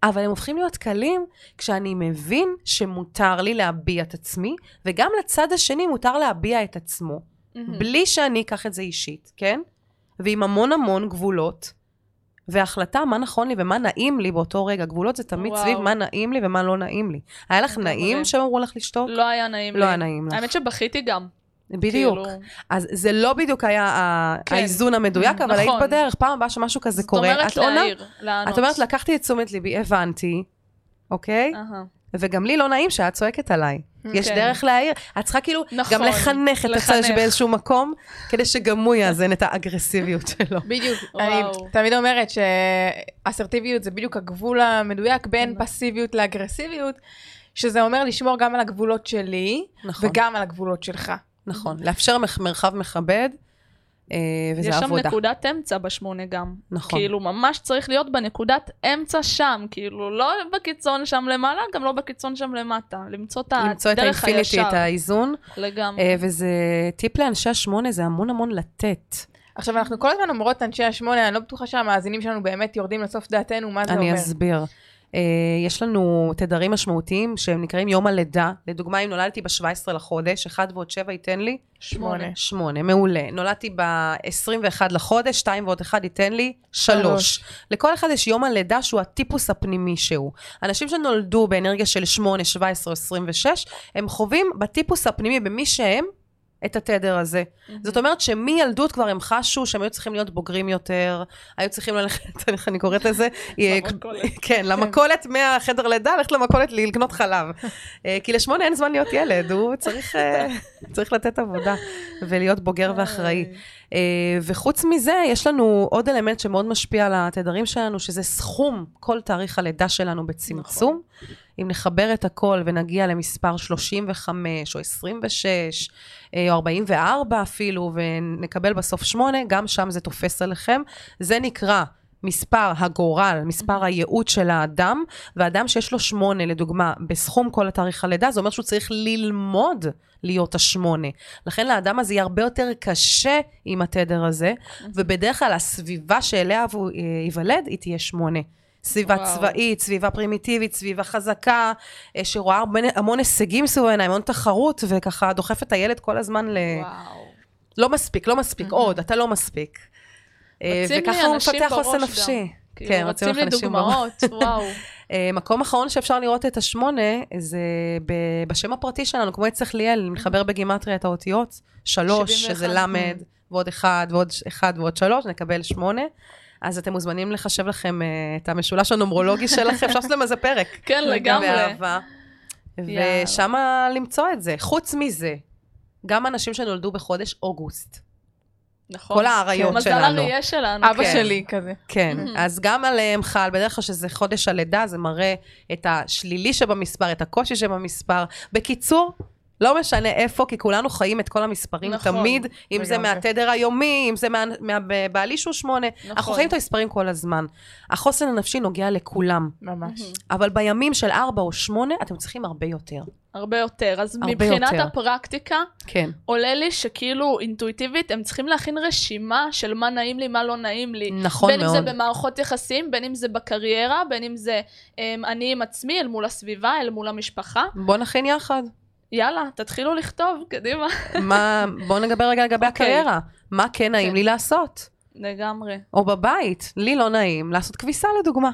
Speaker 2: אבל הם הופכים להיות קלים כשאני מבין שמותר לי להביע את עצמי, וגם לצד השני מותר להביע את עצמו.
Speaker 3: מהמם.
Speaker 2: בלי שאני אקח את זה אישית, כן? ועם המון המון גבולות, והחלטה מה נכון לי ומה נעים לי באותו רגע. גבולות זה תמיד
Speaker 3: וואו.
Speaker 2: סביב מה נעים לי ומה לא נעים לי. היה לך
Speaker 3: לגמרי.
Speaker 2: נעים שהם אמרו לך לשתוק?
Speaker 3: לא היה נעים לי.
Speaker 2: לא היה נעים לך.
Speaker 3: האמת שבכיתי גם.
Speaker 2: בדיוק.
Speaker 3: כאילו,
Speaker 2: אז זה לא בדיוק היה ה-
Speaker 3: כן.
Speaker 2: האיזון המדויק, אבל היית
Speaker 3: נכון.
Speaker 2: בדרך, פעם הבאה שמשהו כזה
Speaker 3: זאת אומרת
Speaker 2: קורה, את לא עונה.
Speaker 3: להעיר, לענות.
Speaker 2: את אומרת, לקחתי את תשומת ליבי, הבנתי, אוקיי?
Speaker 3: אהה.
Speaker 2: וגם לי לא נעים שאת צועקת עליי. יש
Speaker 3: כן.
Speaker 2: דרך להעיר. את צריכה כאילו
Speaker 3: נכון,
Speaker 2: גם לחנך את הצד
Speaker 3: לחנך.
Speaker 2: שבאיזשהו מקום, כדי שגם הוא יאזן את האגרסיביות שלו.
Speaker 4: בדיוק.
Speaker 3: אה, וואו.
Speaker 4: אני תמיד אומרת שאסרטיביות זה בדיוק הגבול המדויק בין פסיביות לאגרסיביות, שזה אומר לשמור גם על הגבולות שלי,
Speaker 2: נכון,
Speaker 4: וגם על הגבולות שלך.
Speaker 2: נכון. לאפשר מח- מרחב מכבד, אה,
Speaker 3: יש
Speaker 2: וזה
Speaker 3: שם
Speaker 2: עבודה.
Speaker 3: נקודת אמצע בשמונה גם.
Speaker 2: נכון.
Speaker 3: כאילו, ממש צריך להיות בנקודת אמצע שם, כאילו, לא בקיצון שם למעלה, גם לא בקיצון שם למטה. למצוא את הדרך הישר. אוקיי.
Speaker 2: למצוא את האינפיניטי, את האיזון,
Speaker 3: לגמרי.
Speaker 2: אה, וזה טיפ לאנשי השמונה, זה המון המון לתת.
Speaker 4: עכשיו, אנחנו כל הזמן אומרות אנשי השמונה, אני לא בטוחה שהמאזינים שלנו באמת יורדים לסוף דעתנו מה זה
Speaker 2: אני
Speaker 4: אומר.
Speaker 2: אסביר. אה, יש לנו תדרים משמעותיים שהם נקראים יום הלידה. לדוגמה, אם נולדתי ב-17 לחודש, 1 ועוד 7 ייתן לי
Speaker 4: שמונה.
Speaker 2: 8, מעולה. נולדתי ב-21 לחודש, 2 ועוד 1 ייתן לי 3.
Speaker 4: שלוש.
Speaker 2: לכל אחד יש יום הלידה שהוא הטיפוס הפנימי שהוא. אנשים שנולדו באנרגיה של 8, 17, 26, הם חווים בטיפוס הפנימי, במי שהם, את התדר הזה.
Speaker 3: Mhm.
Speaker 2: זאת אומרת שמילדות כבר הם חשו שהם היו צריכים להיות בוגרים יותר, היו צריכים ללכת, *laughs* איך אני קוראת לזה? *laughs* כן, למכולת מהחדר לידה, ללכת למכולת ל- לקנות חלב. אה, כי לשמונה אין זמן להיות ילד, הוא צריך, אה, צריך לתת עבודה ולהיות בוגר ואחראי. אה, וחוץ מזה, יש לנו עוד אלמנט שמאוד משפיע על התדרים שלנו, שזה סכום כל תאריך הלידה שלנו בצמצום. אם נחבר את הכל ונגיע למספר 35 או 26 אה, או 44 אפילו, ונקבל בסוף 8, גם שם זה תופס עליכם. זה נקרא מספר הגורל, מספר הייעוד של האדם, ואדם שיש לו שמונה, לדוגמה, בסכום כל התאריך הלידה, זה אומר שהוא צריך ללמוד להיות השמונה. לכן לאדם הזה יהיה הרבה יותר קשה עם התדר הזה, ובדרך כלל הסביבה שאליה הוא אה, ייוולד, היא תהיה שמונה. סביבה
Speaker 3: וואו.
Speaker 2: צבאית, סביבה פרימיטיבית, סביבה חזקה, אה, שרואה הרבה, המון הישגים סביב העיניים, המון תחרות, וככה דוחפת את הילד כל הזמן ל...
Speaker 3: וואו.
Speaker 2: לא מספיק, לא מספיק, עוד, אתה לא מספיק. אה,
Speaker 3: רצים לי
Speaker 2: וככה הוא
Speaker 3: אנשים
Speaker 2: מפתח
Speaker 3: בראש
Speaker 2: חוסן
Speaker 3: גם.
Speaker 2: נפשי.
Speaker 3: כאילו,
Speaker 2: כן,
Speaker 3: רצים לי
Speaker 2: אנשים בראש.
Speaker 3: דוגמאות, *laughs* וואו.
Speaker 2: אה, מקום אחרון שאפשר לראות את השמונה, זה ב- בשם הפרטי שלנו, כמו אצל ליאל, אם נחבר בגימטריה את האותיות, שלוש,
Speaker 3: 71.
Speaker 2: שזה למד, ועוד אחד, ועוד ש- אחד, ועוד שלוש, נקבל שמונה. אז אתם מוזמנים לחשב לכם אה, את המשולש הנומרולוגי שלכם, אפשר לעשות להם איזה פרק.
Speaker 3: כן, לגמרי.
Speaker 2: באהבה.
Speaker 3: יאללה.
Speaker 2: ושם למצוא את זה. חוץ מזה, גם אנשים שנולדו בחודש אוגוסט.
Speaker 3: נכון.
Speaker 2: כל האריות
Speaker 3: מזל
Speaker 2: שלנו.
Speaker 3: אריה שלנו.
Speaker 4: אבא
Speaker 2: כן.
Speaker 4: שלי כזה.
Speaker 2: כן,
Speaker 3: Mhm.
Speaker 2: אז גם עליהם חל, בדרך כלל שזה חודש הלידה, זה מראה את השלילי שבמספר, את הקושי שבמספר. בקיצור, לא משנה איפה, כי כולנו חיים את כל המספרים
Speaker 3: נכון,
Speaker 2: תמיד, אם זה
Speaker 4: לגמרי.
Speaker 2: מהתדר היומי, אם זה מה- מהבעלי שהוא שמונה,
Speaker 3: נכון.
Speaker 2: אנחנו חיים את המספרים כל הזמן. החוסן הנפשי נוגע לכולם,
Speaker 3: Mhm.
Speaker 4: ממש.
Speaker 2: אבל בימים של ארבע או שמונה, אתם צריכים הרבה יותר.
Speaker 3: הרבה יותר. אז
Speaker 2: הרבה
Speaker 3: מבחינת
Speaker 2: יותר.
Speaker 3: הפרקטיקה,
Speaker 2: כן.
Speaker 3: עולה לי שכאילו אינטואיטיבית הם צריכים להכין רשימה של מה נעים לי, מה לא נעים לי.
Speaker 2: נכון
Speaker 3: בין אם
Speaker 2: מאוד.
Speaker 3: זה במערכות יחסים, בין אם זה בקריירה, בין אם זה אמ, אני עם עצמי, אל מול הסביבה, אל מול המשפחה.
Speaker 2: בוא נכין יחד.
Speaker 3: יאללה, תתחילו לכתוב, קדימה. *laughs*
Speaker 2: מה, בוא נדבר רגע לגבי
Speaker 3: אוקיי.
Speaker 2: הקריירה. מה כן נעים
Speaker 3: כן.
Speaker 2: לי לעשות?
Speaker 3: לגמרי.
Speaker 2: או בבית, לי לא נעים לעשות כביסה
Speaker 3: *laughs*
Speaker 2: לדוגמה.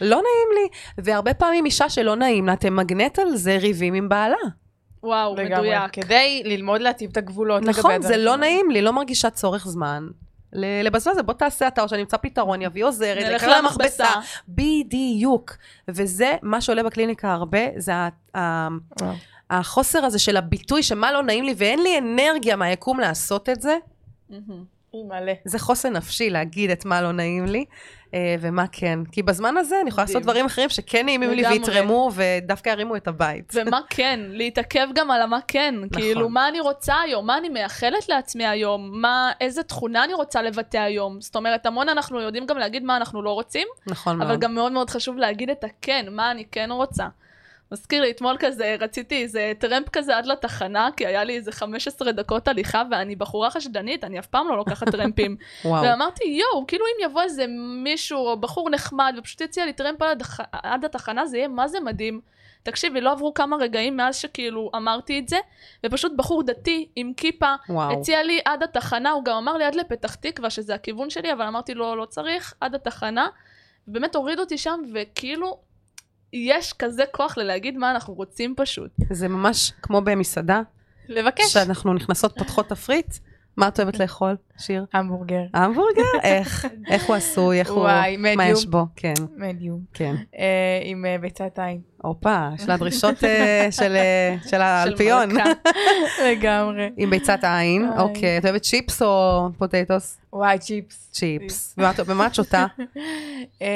Speaker 2: לא נעים לי. והרבה פעמים אישה שלא נעים לה, אתם מגנט על זה ריבים עם בעלה.
Speaker 3: וואו,
Speaker 4: לגמרי.
Speaker 3: אוקיי. מדויק.
Speaker 4: כדי ללמוד להטיב את הגבולות.
Speaker 2: נכון,
Speaker 4: לגבי
Speaker 2: זה
Speaker 4: הדברים.
Speaker 2: לא נעים לי, לא מרגישה צורך זמן. ל- לבזבז את זה, בוא תעשה אתה, או שנמצא פתרון, יביא עוזרת,
Speaker 3: נלך
Speaker 2: נקרא
Speaker 3: למכבסה.
Speaker 2: למכבסה. בדיוק. וזה מה שעולה בקליניקה הרבה, זה ה- ה-
Speaker 4: וואו.
Speaker 2: החוסר הזה של הביטוי, שמה לא נעים לי ואין לי אנרגיה מהיקום לעשות את זה.
Speaker 3: מהמם.
Speaker 4: היא מלא.
Speaker 2: זה חוסן נפשי להגיד את מה לא נעים לי, אה, ומה כן. כי בזמן הזה אני יכולה לעשות
Speaker 4: מדהים.
Speaker 2: דברים אחרים שכן נעימים לי
Speaker 3: לגמרי.
Speaker 2: ויתרמו, ודווקא ירימו את הבית.
Speaker 3: ומה כן? להתעכב גם על המה כן. כאילו, מה אני רוצה היום? מה אני מייחלת לעצמי היום? מה, איזה תכונה אני רוצה לבטא היום? זאת אומרת, המון אנחנו יודעים גם להגיד מה אנחנו לא רוצים,
Speaker 2: נכון
Speaker 3: אבל
Speaker 2: מאוד.
Speaker 3: גם מאוד מאוד חשוב להגיד את הכן, מה אני כן רוצה. מזכיר לי, אתמול כזה, רציתי איזה טרמפ כזה עד לתחנה, כי היה לי איזה 15 דקות הליכה, ואני בחורה חשדנית, אני אף פעם לא לוקחת טרמפים.
Speaker 2: *laughs* וואו.
Speaker 3: ואמרתי, יואו, כאילו אם יבוא איזה מישהו או בחור נחמד ופשוט יציע לי טרמפ עד, הח... עד התחנה, זה יהיה מה זה מדהים. תקשיבי, לא עברו כמה רגעים מאז שכאילו אמרתי את זה, ופשוט בחור דתי עם כיפה
Speaker 2: וואו.
Speaker 3: הציע לי עד התחנה, הוא גם אמר לי עד לפתח תקווה, שזה הכיוון שלי, אבל אמרתי לו, לא צריך, עד התחנה. באמת הוריד אותי שם, וכאילו, יש כזה כוח ללהגיד מה אנחנו רוצים פשוט.
Speaker 2: זה ממש כמו במסעדה,
Speaker 3: כן.
Speaker 4: לבקש.
Speaker 2: שאנחנו נכנסות, פותחות תפריט. מה את אוהבת לאכול, שיר?
Speaker 4: המבורגר.
Speaker 2: המבורגר? איך? איך הוא עשוי? איך הוא...
Speaker 4: וואי,
Speaker 2: מה
Speaker 4: מדיום.
Speaker 2: יש בו? כן,
Speaker 4: מדיום.
Speaker 2: כן.
Speaker 4: אה, עם אה, ביצת עין.
Speaker 2: *laughs* הופה, של הדרישות אה, של, אה, של האלפיון.
Speaker 3: של מלכה.
Speaker 4: לגמרי.
Speaker 2: *laughs* עם ביצת עין,
Speaker 4: איי.
Speaker 2: אוקיי. את אוהבת צ'יפס או פוטטוס?
Speaker 4: וואי, צ'יפס.
Speaker 2: צ'יפס. ומה את- ומה את שותה?
Speaker 4: אה,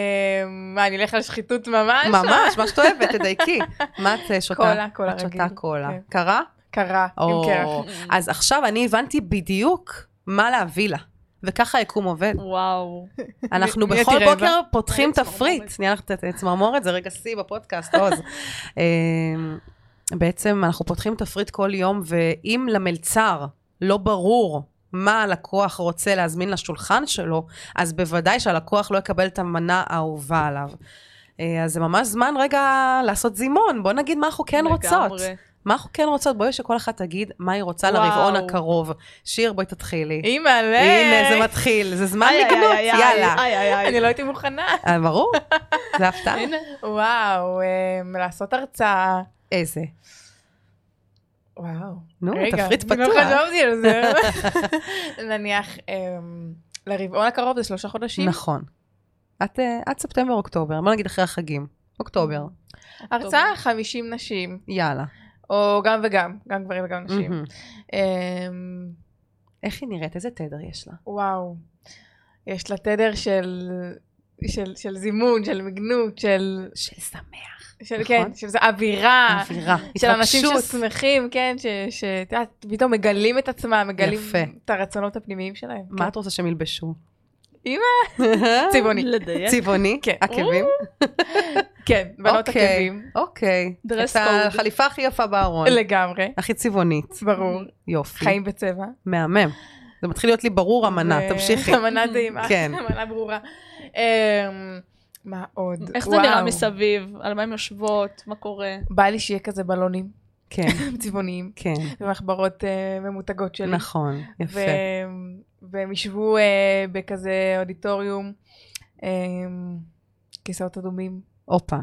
Speaker 4: מה, אני אלך על שחיתות ממש?
Speaker 2: ממש, מה שאת אוהבת, תדייקי. מה את אה, שותה?
Speaker 4: קולה, קולה
Speaker 2: את
Speaker 4: רגיל.
Speaker 2: שותה קולה.
Speaker 4: כן.
Speaker 2: קרה?
Speaker 4: קרה, כן. עם
Speaker 2: או,
Speaker 4: קרח.
Speaker 2: אז עכשיו אני הבנתי בדיוק מה להביא לה. וככה היקום עובד.
Speaker 3: וואו.
Speaker 2: אנחנו
Speaker 4: מי- מי
Speaker 2: בכל
Speaker 4: הייתי רעבה?
Speaker 2: בוקר פותחים
Speaker 3: הייתי
Speaker 2: תפריט.
Speaker 3: צמרמורת.
Speaker 2: שנייה לך את הצמרמורת, זה רגע שיא בפודקאסט, עוז. *laughs* אמ, בעצם אנחנו פותחים תפריט כל יום, ואם למלצר לא ברור מה הלקוח רוצה להזמין לשולחן שלו, אז בוודאי שהלקוח לא יקבל את המנה האהובה עליו. אה, אז זה ממש זמן רגע לעשות זימון, בוא נגיד מה אנחנו כן רוצות.
Speaker 3: לגמרי.
Speaker 2: מה אנחנו כן רוצות? בואי שכל אחת תגיד מה היא רוצה
Speaker 3: וואו.
Speaker 2: לרבעון הקרוב. שיר, בואי תתחילי.
Speaker 4: אימא, ל...
Speaker 2: הנה, זה מתחיל, זה זמן
Speaker 3: איי, איי,
Speaker 2: לגנות,
Speaker 3: איי, איי,
Speaker 2: יאללה.
Speaker 3: איי, איי, איי.
Speaker 4: אני לא הייתי מוכנה.
Speaker 2: אה,
Speaker 4: *laughs*
Speaker 2: ברור, זה הפתעה.
Speaker 3: הנה,
Speaker 4: וואו, אמ, לעשות הרצאה.
Speaker 2: איזה.
Speaker 4: וואו.
Speaker 2: נו,
Speaker 4: רגע,
Speaker 2: תפריט
Speaker 4: אני לא
Speaker 2: פתוח.
Speaker 4: חשבתי על
Speaker 2: *laughs*
Speaker 4: זה. *laughs* נניח, אמ, לרבעון הקרוב זה שלושה חודשים.
Speaker 2: נכון. את, אה, עד ספטמבר-אוקטובר, בוא נגיד אחרי החגים. אוקטובר,
Speaker 4: הרצאה 50 נשים,
Speaker 2: יאללה.
Speaker 4: או גם וגם, גם גברים וגם נשים.
Speaker 2: מהמם.
Speaker 4: אמ,
Speaker 2: איך היא נראית? איזה תדר יש לה?
Speaker 4: וואו, יש לה תדר של... של, של זימון, של מגנות, של,
Speaker 2: של שמח.
Speaker 4: של
Speaker 2: נכון.
Speaker 4: כן, של זה אווירה,
Speaker 2: אווירה,
Speaker 4: *laughs* של אנשים
Speaker 2: התרגשות.
Speaker 4: ששמחים, כן, שאת יודעת, פתאום מגלים את עצמם, מגלים
Speaker 2: יפה.
Speaker 4: את הרצונות הפנימיים שלהם. כן.
Speaker 2: מה את רוצה שהם ילבשו?
Speaker 4: אימא.
Speaker 2: *laughs* צבע-
Speaker 4: צבעוני.
Speaker 3: לדייק.
Speaker 2: צבעוני?
Speaker 4: כן.
Speaker 2: עקבים?
Speaker 4: *laughs* כן, בנות
Speaker 2: אוקיי,
Speaker 4: עקבים.
Speaker 2: אוקיי.
Speaker 3: Dress
Speaker 2: את
Speaker 3: code.
Speaker 2: החליפה הכי יפה בארון.
Speaker 4: לגמרי,
Speaker 2: הכי צבעונית.
Speaker 4: ברור.
Speaker 2: יופי.
Speaker 4: חיים בצבע.
Speaker 2: מהמם. זה מתחיל להיות לי ברור המנה,
Speaker 4: ו-
Speaker 2: תמשיכי.
Speaker 4: *laughs* אמנה דהימה.
Speaker 2: כן.
Speaker 4: אמנה ברורה. אמ, מה עוד?
Speaker 3: איך זה
Speaker 4: וואו.
Speaker 3: נראה מסביב? על מה הן יושבות? מה קורה?
Speaker 4: בא לי שיהיה כזה בלונים *laughs*
Speaker 2: כן,
Speaker 4: צבעוניים
Speaker 2: כן.
Speaker 4: ומחברות אה, ממותגות שלי.
Speaker 2: נכון, יפה.
Speaker 4: ו- והם ישבו אה, בכזה אודיטוריום, אמ, כיסאות אדומים.
Speaker 2: הופה.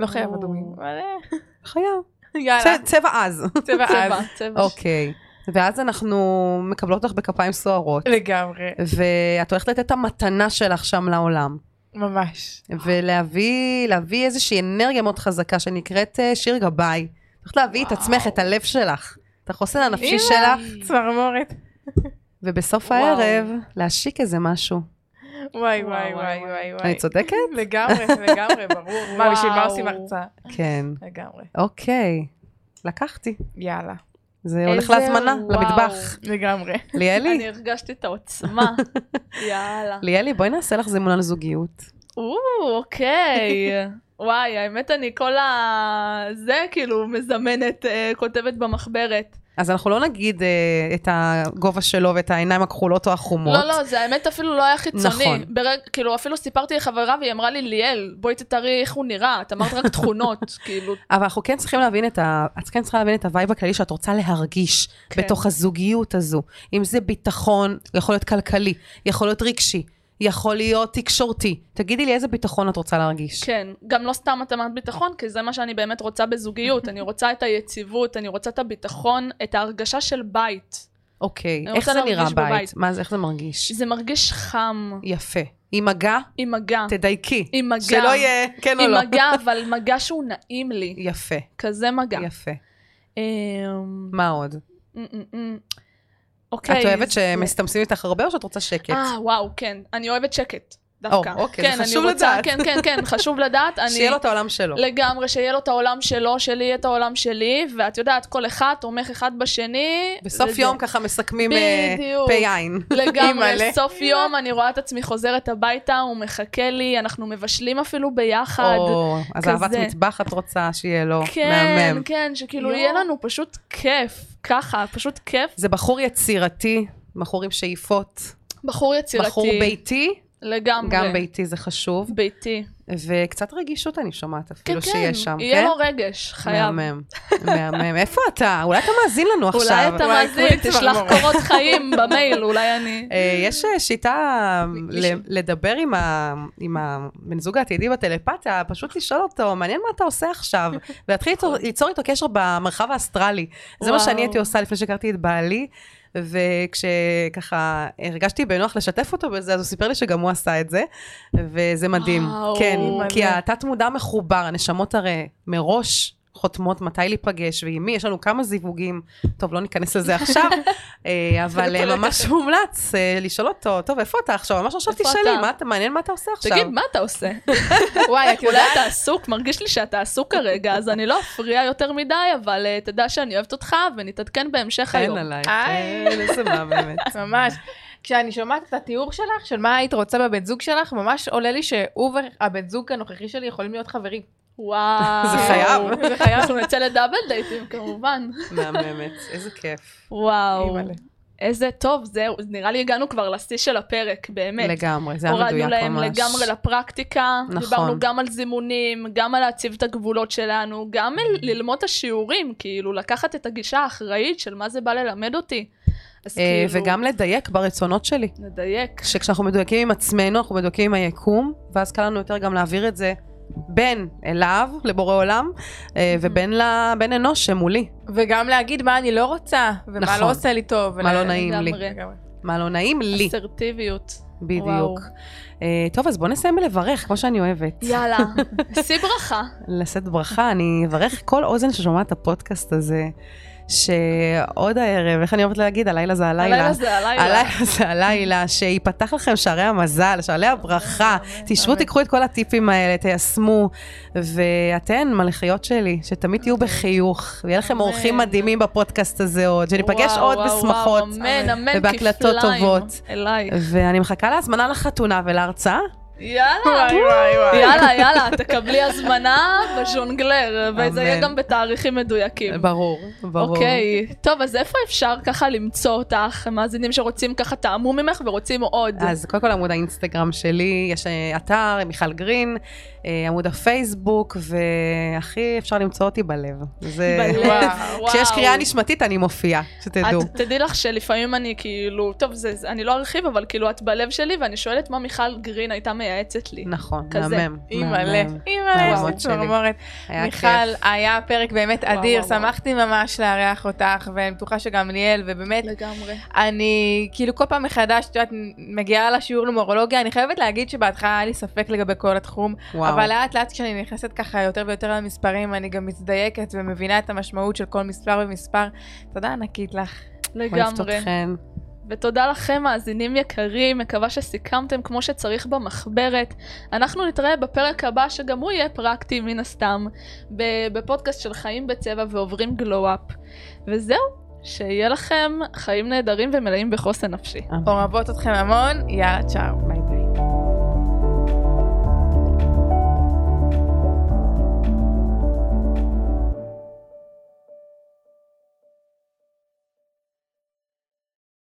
Speaker 4: לא חייב
Speaker 3: או.
Speaker 4: אדומים, אבל אה,
Speaker 2: חייב.
Speaker 4: יאללה,
Speaker 2: צ- צבע עז.
Speaker 4: *laughs* צבע
Speaker 3: צבע,
Speaker 4: עז.
Speaker 3: צבע.
Speaker 2: אוקיי. ואז אנחנו מקבלות אותך בכפיים סוערות.
Speaker 4: לגמרי,
Speaker 2: ואת הולכת לתת את המתנה שלך שם לעולם.
Speaker 4: ממש.
Speaker 2: ולהביא להביא איזושהי אנרגיה מאוד חזקה שנקראת אה, שיר גבאי. את הולכת להביא את
Speaker 3: וואו.
Speaker 2: עצמך, את הלב שלך, את החוסן הנפשי
Speaker 4: הנה.
Speaker 2: שלך,
Speaker 4: צמרמורת.
Speaker 2: ובסוף
Speaker 3: וואו.
Speaker 2: הערב להשיק איזה משהו.
Speaker 3: וואי,
Speaker 4: וואי וואי
Speaker 3: וואי,
Speaker 4: וואי וואי וואי.
Speaker 2: אני צודקת?
Speaker 4: לגמרי, לגמרי, ברור. מה,
Speaker 3: וואו.
Speaker 4: בשביל מה עושים הרצאה?
Speaker 2: כן.
Speaker 4: לגמרי.
Speaker 2: אוקיי, לקחתי.
Speaker 4: יאללה.
Speaker 2: זה הולך
Speaker 3: איזה
Speaker 2: להזמנה,
Speaker 3: וואו.
Speaker 2: למטבח.
Speaker 4: לגמרי.
Speaker 2: ליאלי,
Speaker 3: אני הרגשתי את העוצמה. יאללה.
Speaker 2: ליאלי, בואי נעשה לך זימון על זוגיות.
Speaker 3: או,
Speaker 2: *laughs*
Speaker 3: אוקיי. וואי, האמת אני כל ה... זה כאילו מזמנת, אה, כותבת במחברת.
Speaker 2: אז אנחנו לא נגיד אה, את הגובה שלו ואת העיניים הכחולות או החומות.
Speaker 3: לא, לא, זה האמת אפילו לא היה חיצוני.
Speaker 2: נכון.
Speaker 3: ברג, כאילו, אפילו סיפרתי לחברה והיא אמרה לי, ליאל, בואי תתארי איך הוא נראה, את אמרת רק תכונות,
Speaker 2: *laughs*
Speaker 3: כאילו.
Speaker 2: אבל אנחנו כן צריכים להבין את ה... את כן צריכה להבין את הווייב הכללי שאת רוצה להרגיש
Speaker 3: כן.
Speaker 2: כן. בתוך הזוגיות הזו. אם זה ביטחון, יכול להיות כלכלי, יכול להיות רגשי, יכול להיות תקשורתי. תגידי לי איזה ביטחון את רוצה להרגיש.
Speaker 3: כן, גם לא סתם את אמרת ביטחון, כי זה מה שאני באמת רוצה בזוגיות. אני רוצה את היציבות, אני רוצה את הביטחון, את ההרגשה של בית.
Speaker 2: אוקיי,
Speaker 3: אני
Speaker 2: איך
Speaker 3: רוצה
Speaker 2: זה נראה
Speaker 3: להרגיש
Speaker 2: בית?
Speaker 3: בבית.
Speaker 2: מה זה, איך זה מרגיש?
Speaker 3: זה מרגיש חם,
Speaker 2: יפה. עם מגע,
Speaker 3: עם מגע.
Speaker 2: תדייקי.
Speaker 3: עם מגע.
Speaker 2: שלא יהיה, כן או
Speaker 3: עם
Speaker 2: לא. *laughs*
Speaker 3: מגע, אבל מגע שהוא נעים לי.
Speaker 2: יפה,
Speaker 3: כזה מגע.
Speaker 2: יפה.
Speaker 3: אמ,
Speaker 2: מה עוד?
Speaker 3: אמ, אמ, אמ.
Speaker 2: את
Speaker 3: אוקיי.
Speaker 2: אוהבת
Speaker 3: זה-
Speaker 2: שמסתמסים איתך הרבה או שאת רוצה שקט?
Speaker 3: אה, וואו, כן. אני אוהבת שקט. דווקא.
Speaker 2: או, אוקיי,
Speaker 3: כן,
Speaker 2: זה
Speaker 3: אני
Speaker 2: חשוב
Speaker 3: רוצה-
Speaker 2: לדעת.
Speaker 3: כן, כן,
Speaker 2: *laughs*
Speaker 3: כן, חשוב לדעת. אני- לא,
Speaker 2: שיהיה לו את העולם שלו.
Speaker 3: לגמרי, שיהיה לו את העולם שלו, שלי יהיה את העולם שלי, ואת יודעת, כל אחד תומך אחד בשני.
Speaker 2: בסוף
Speaker 3: וזה-
Speaker 2: יום *laughs* ככה מסכמים אה,
Speaker 3: בדיוק.
Speaker 2: פי עין.
Speaker 3: לגמרי,
Speaker 4: אימא'לה.
Speaker 3: סוף יום אני רואה את עצמי חוזרת הביתה, הוא מחכה לי, אנחנו מבשלים אפילו ביחד.
Speaker 2: או, אז
Speaker 3: כזה.
Speaker 2: אהבת מטבח את רוצה שיהיה לו,
Speaker 3: כן,
Speaker 2: מהמם.
Speaker 3: כן, שכאילו
Speaker 4: יואו.
Speaker 3: יהיה לנו פשוט כיף, ככה, פשוט כיף.
Speaker 2: זה בחור יצירתי, בחור עם שאיפות,
Speaker 3: בחור יצירתי.
Speaker 2: בחור ביתי,
Speaker 3: לגמרי.
Speaker 2: גם ביתי זה חשוב,
Speaker 3: ביתי.
Speaker 2: וקצת רגישות אני שומעת
Speaker 3: כן,
Speaker 2: אפילו
Speaker 3: כן,
Speaker 2: שיש שם,
Speaker 3: יהיה
Speaker 2: כן?
Speaker 3: לו רגש, חייב.
Speaker 2: מהמם, מהמם. איפה אתה? אולי אתה מאזין לנו עכשיו.
Speaker 3: אולי אתה
Speaker 4: וואי,
Speaker 3: מאזין,
Speaker 4: כולי
Speaker 3: תשלח
Speaker 4: צמרמורת.
Speaker 3: קורות *laughs* חיים במייל, אולי אני...
Speaker 2: אה, יש אה, שיטה
Speaker 3: מי
Speaker 2: ל-
Speaker 3: ש-
Speaker 2: לדבר עם ה- עם הבן זוג העתידי בטלפתיה, פשוט לשאול אותו, מעניין מה אתה עושה
Speaker 3: *laughs*
Speaker 2: עכשיו, ולהתחיל ליצור- ליצור איתו קשר במרחב האסטרלי. זה מה
Speaker 3: נכון. וואו.
Speaker 2: שאני הייתי עושה לפני שהכרתי את בעלי, וכשככה הרגשתי בנוח לשתף אותו בזה, אז הוא סיפר לי שגם הוא עשה את זה, וזה מדהים.
Speaker 3: וואו.
Speaker 2: כן,
Speaker 3: מדהים.
Speaker 2: כי התת מודע מחובר, הנשמות הרי מראש. חותמות מתי להיפגש ועם מי, יש לנו כמה זיווגים, טוב לא ניכנס לזה
Speaker 3: *laughs*
Speaker 2: עכשיו, אה, אבל אה, ממש מומלץ אה, לשאול אותו, טוב, איפה אתה עכשיו? ממש עכשיו
Speaker 3: איפה
Speaker 2: תשאלי,
Speaker 3: אתה?"
Speaker 2: מה אתה- מעניין מה אתה עושה עכשיו.
Speaker 3: תגיד, מה אתה עושה?
Speaker 4: וואי, את
Speaker 3: אולי
Speaker 4: יודעת?
Speaker 3: אתה עסוק, מרגיש לי שאתה עסוק כרגע, אז אני לא אפריע יותר מדי, אבל אה, תדע שאני אוהבת אותך, ונתעדכן בהמשך
Speaker 2: חן
Speaker 3: היום.
Speaker 2: "כן,
Speaker 3: אה.
Speaker 2: עלייך,
Speaker 4: היי.
Speaker 2: חן, איזה מה באמת.
Speaker 4: ממש. כשאני שומעת את התיאור שלך, של מה היית רוצה בבן זוג שלך, ממש עולה לי שהוא והבן זוג הנוכחי שלי יכולים להיות חברים.
Speaker 3: וואו.
Speaker 2: זה חייב.
Speaker 3: *laughs* זה חייב. אנחנו נצא לדאבל דייטים, כמובן.
Speaker 2: מהממת, איזה כיף.
Speaker 3: וואו.
Speaker 4: אימא'לה.
Speaker 3: איזה טוב, זהו, נראה לי הגענו כבר לשיא של הפרק, באמת.
Speaker 2: לגמרי, זה היה מדויק ממש.
Speaker 3: הורדנו להם לגמרי לפרקטיקה,
Speaker 2: נכון.
Speaker 3: דיברנו גם על זימונים, גם על להציב את הגבולות שלנו, גם על ללמוד את השיעורים, כאילו לקחת את הגישה האחראית של מה זה בא ללמד אותי. אז
Speaker 2: אה,
Speaker 3: כאילו,
Speaker 2: וגם לדייק ברצונות שלי.
Speaker 3: נדייק.
Speaker 2: שכשאנחנו מדויקים עם עצמנו, אנחנו מדויקים עם היקום, ואז קל לנו יותר גם להעביר את זה בין אליו, לבורא עולם, אה, ובין ל- בין אנוש שמולי.
Speaker 4: וגם להגיד מה אני לא רוצה, ומה
Speaker 2: נכון.
Speaker 4: לא עושה לי טוב.
Speaker 2: מה לא נעים לי.
Speaker 3: לגמרי.
Speaker 4: לגמרי.
Speaker 2: מה לא נעים לי,
Speaker 3: אסרטיביות. וואו.
Speaker 2: בדיוק. אה, טוב, אז בוא נסיים בלברך, כמו שאני אוהבת. *laughs*
Speaker 3: יאללה, שיא ברכה.
Speaker 2: לשאת ברכה, אני אברך כל אוזן ששומעת את הפודקאסט הזה, שעוד הערב, איך אני אוהבת להגיד, הלילה זה הלילה.
Speaker 3: הלילה זה הלילה.
Speaker 2: הלילה זה הלילה, שיפתח לכם שערי המזל, שערי הברכה. תשבו, תיקחו את כל הטיפים האלה, תיישמו, ואתן, מלאכיות שלי, שתמיד תהיו בחיוך, ויהיה לכם
Speaker 3: אמן.
Speaker 2: אורחים מדהימים בפודקאסט הזה עוד, שניפגש
Speaker 3: וואו,
Speaker 2: עוד
Speaker 3: וואו,
Speaker 2: בשמחות,
Speaker 3: וואו, אמן, אמן,
Speaker 2: ובהקלטות
Speaker 3: כפליים.
Speaker 2: טובות. אה.
Speaker 3: אלייך.
Speaker 2: ואני מחכה להזמנה לחתונה ולהרצאה.
Speaker 3: יאללה, יאללה, יאללה, תקבלי הזמנה בז'ונגלר, וזה יהיה
Speaker 2: אמן.
Speaker 3: גם בתאריכים מדויקים.
Speaker 2: ברור, ברור.
Speaker 3: אוקיי, טוב, אז איפה אפשר ככה למצוא אותך? מאזינים שרוצים ככה טעמו ממך ורוצים עוד.
Speaker 2: אז קודם כל עמוד האינסטגרם שלי, יש אה, אתר, מיכל גרין, אה, עמוד הפייסבוק, והכי אפשר למצוא אותי בלב. זה... *laughs*
Speaker 3: בלב,
Speaker 4: וואו.
Speaker 3: וואו.
Speaker 2: אה, כשיש קריאה נשמתית אני מופיעה, שתדעו.
Speaker 3: את תדעי לך שלפעמים אני כאילו, טוב, זה, זה- אני לא ארחיב, אבל כאילו את בלב שלי, ואני שואלת מה מיכל גרין הייתה מייעצת לי.
Speaker 2: נכון,
Speaker 3: כזה.
Speaker 2: מהמם.
Speaker 4: אימא'לה,
Speaker 2: מהמם.
Speaker 4: אימא'לה,
Speaker 2: מהממות
Speaker 4: איזה
Speaker 2: שלי.
Speaker 4: צמרמורת.
Speaker 2: היה כיף.
Speaker 3: אה,
Speaker 4: מיכל, היה פרק באמת
Speaker 3: וואו,
Speaker 4: אדיר,
Speaker 3: וואו, וואו.
Speaker 4: שמחתי ממש לארח אותך, ואני בטוחה שגם ליאל, ובאמת,
Speaker 3: לגמרי.
Speaker 4: אני כאילו כל פעם מחדש, את יודעת, מגיעה לשיעור למורולוגיה, אני חייבת להגיד שבהתחלה היה לי ספק לגבי כל התחום,
Speaker 2: וואו.
Speaker 4: אבל לאט לאט כשאני נכנסת ככה יותר ויותר למספרים, אני גם מזדייקת ומבינה את המשמעות של כל מספר ומספר. תודה ענקית לך.
Speaker 2: אוהבת
Speaker 3: לגמרי.
Speaker 2: אתכן.
Speaker 3: ותודה לכם, מאזינים יקרים, מקווה שסיכמתם כמו שצריך במחברת. אנחנו נתראה בפרק הבא, שגם הוא יהיה פרקטי מן הסתם, ב- בפודקאסט של חיים בצבע ועוברים גלו-אפ. וזהו, שיהיה לכם חיים נהדרים ומלאים בחוסן נפשי.
Speaker 2: אמן.
Speaker 4: אוהבות אתכם המון, יאללה, צ'או.
Speaker 2: ביי ביי.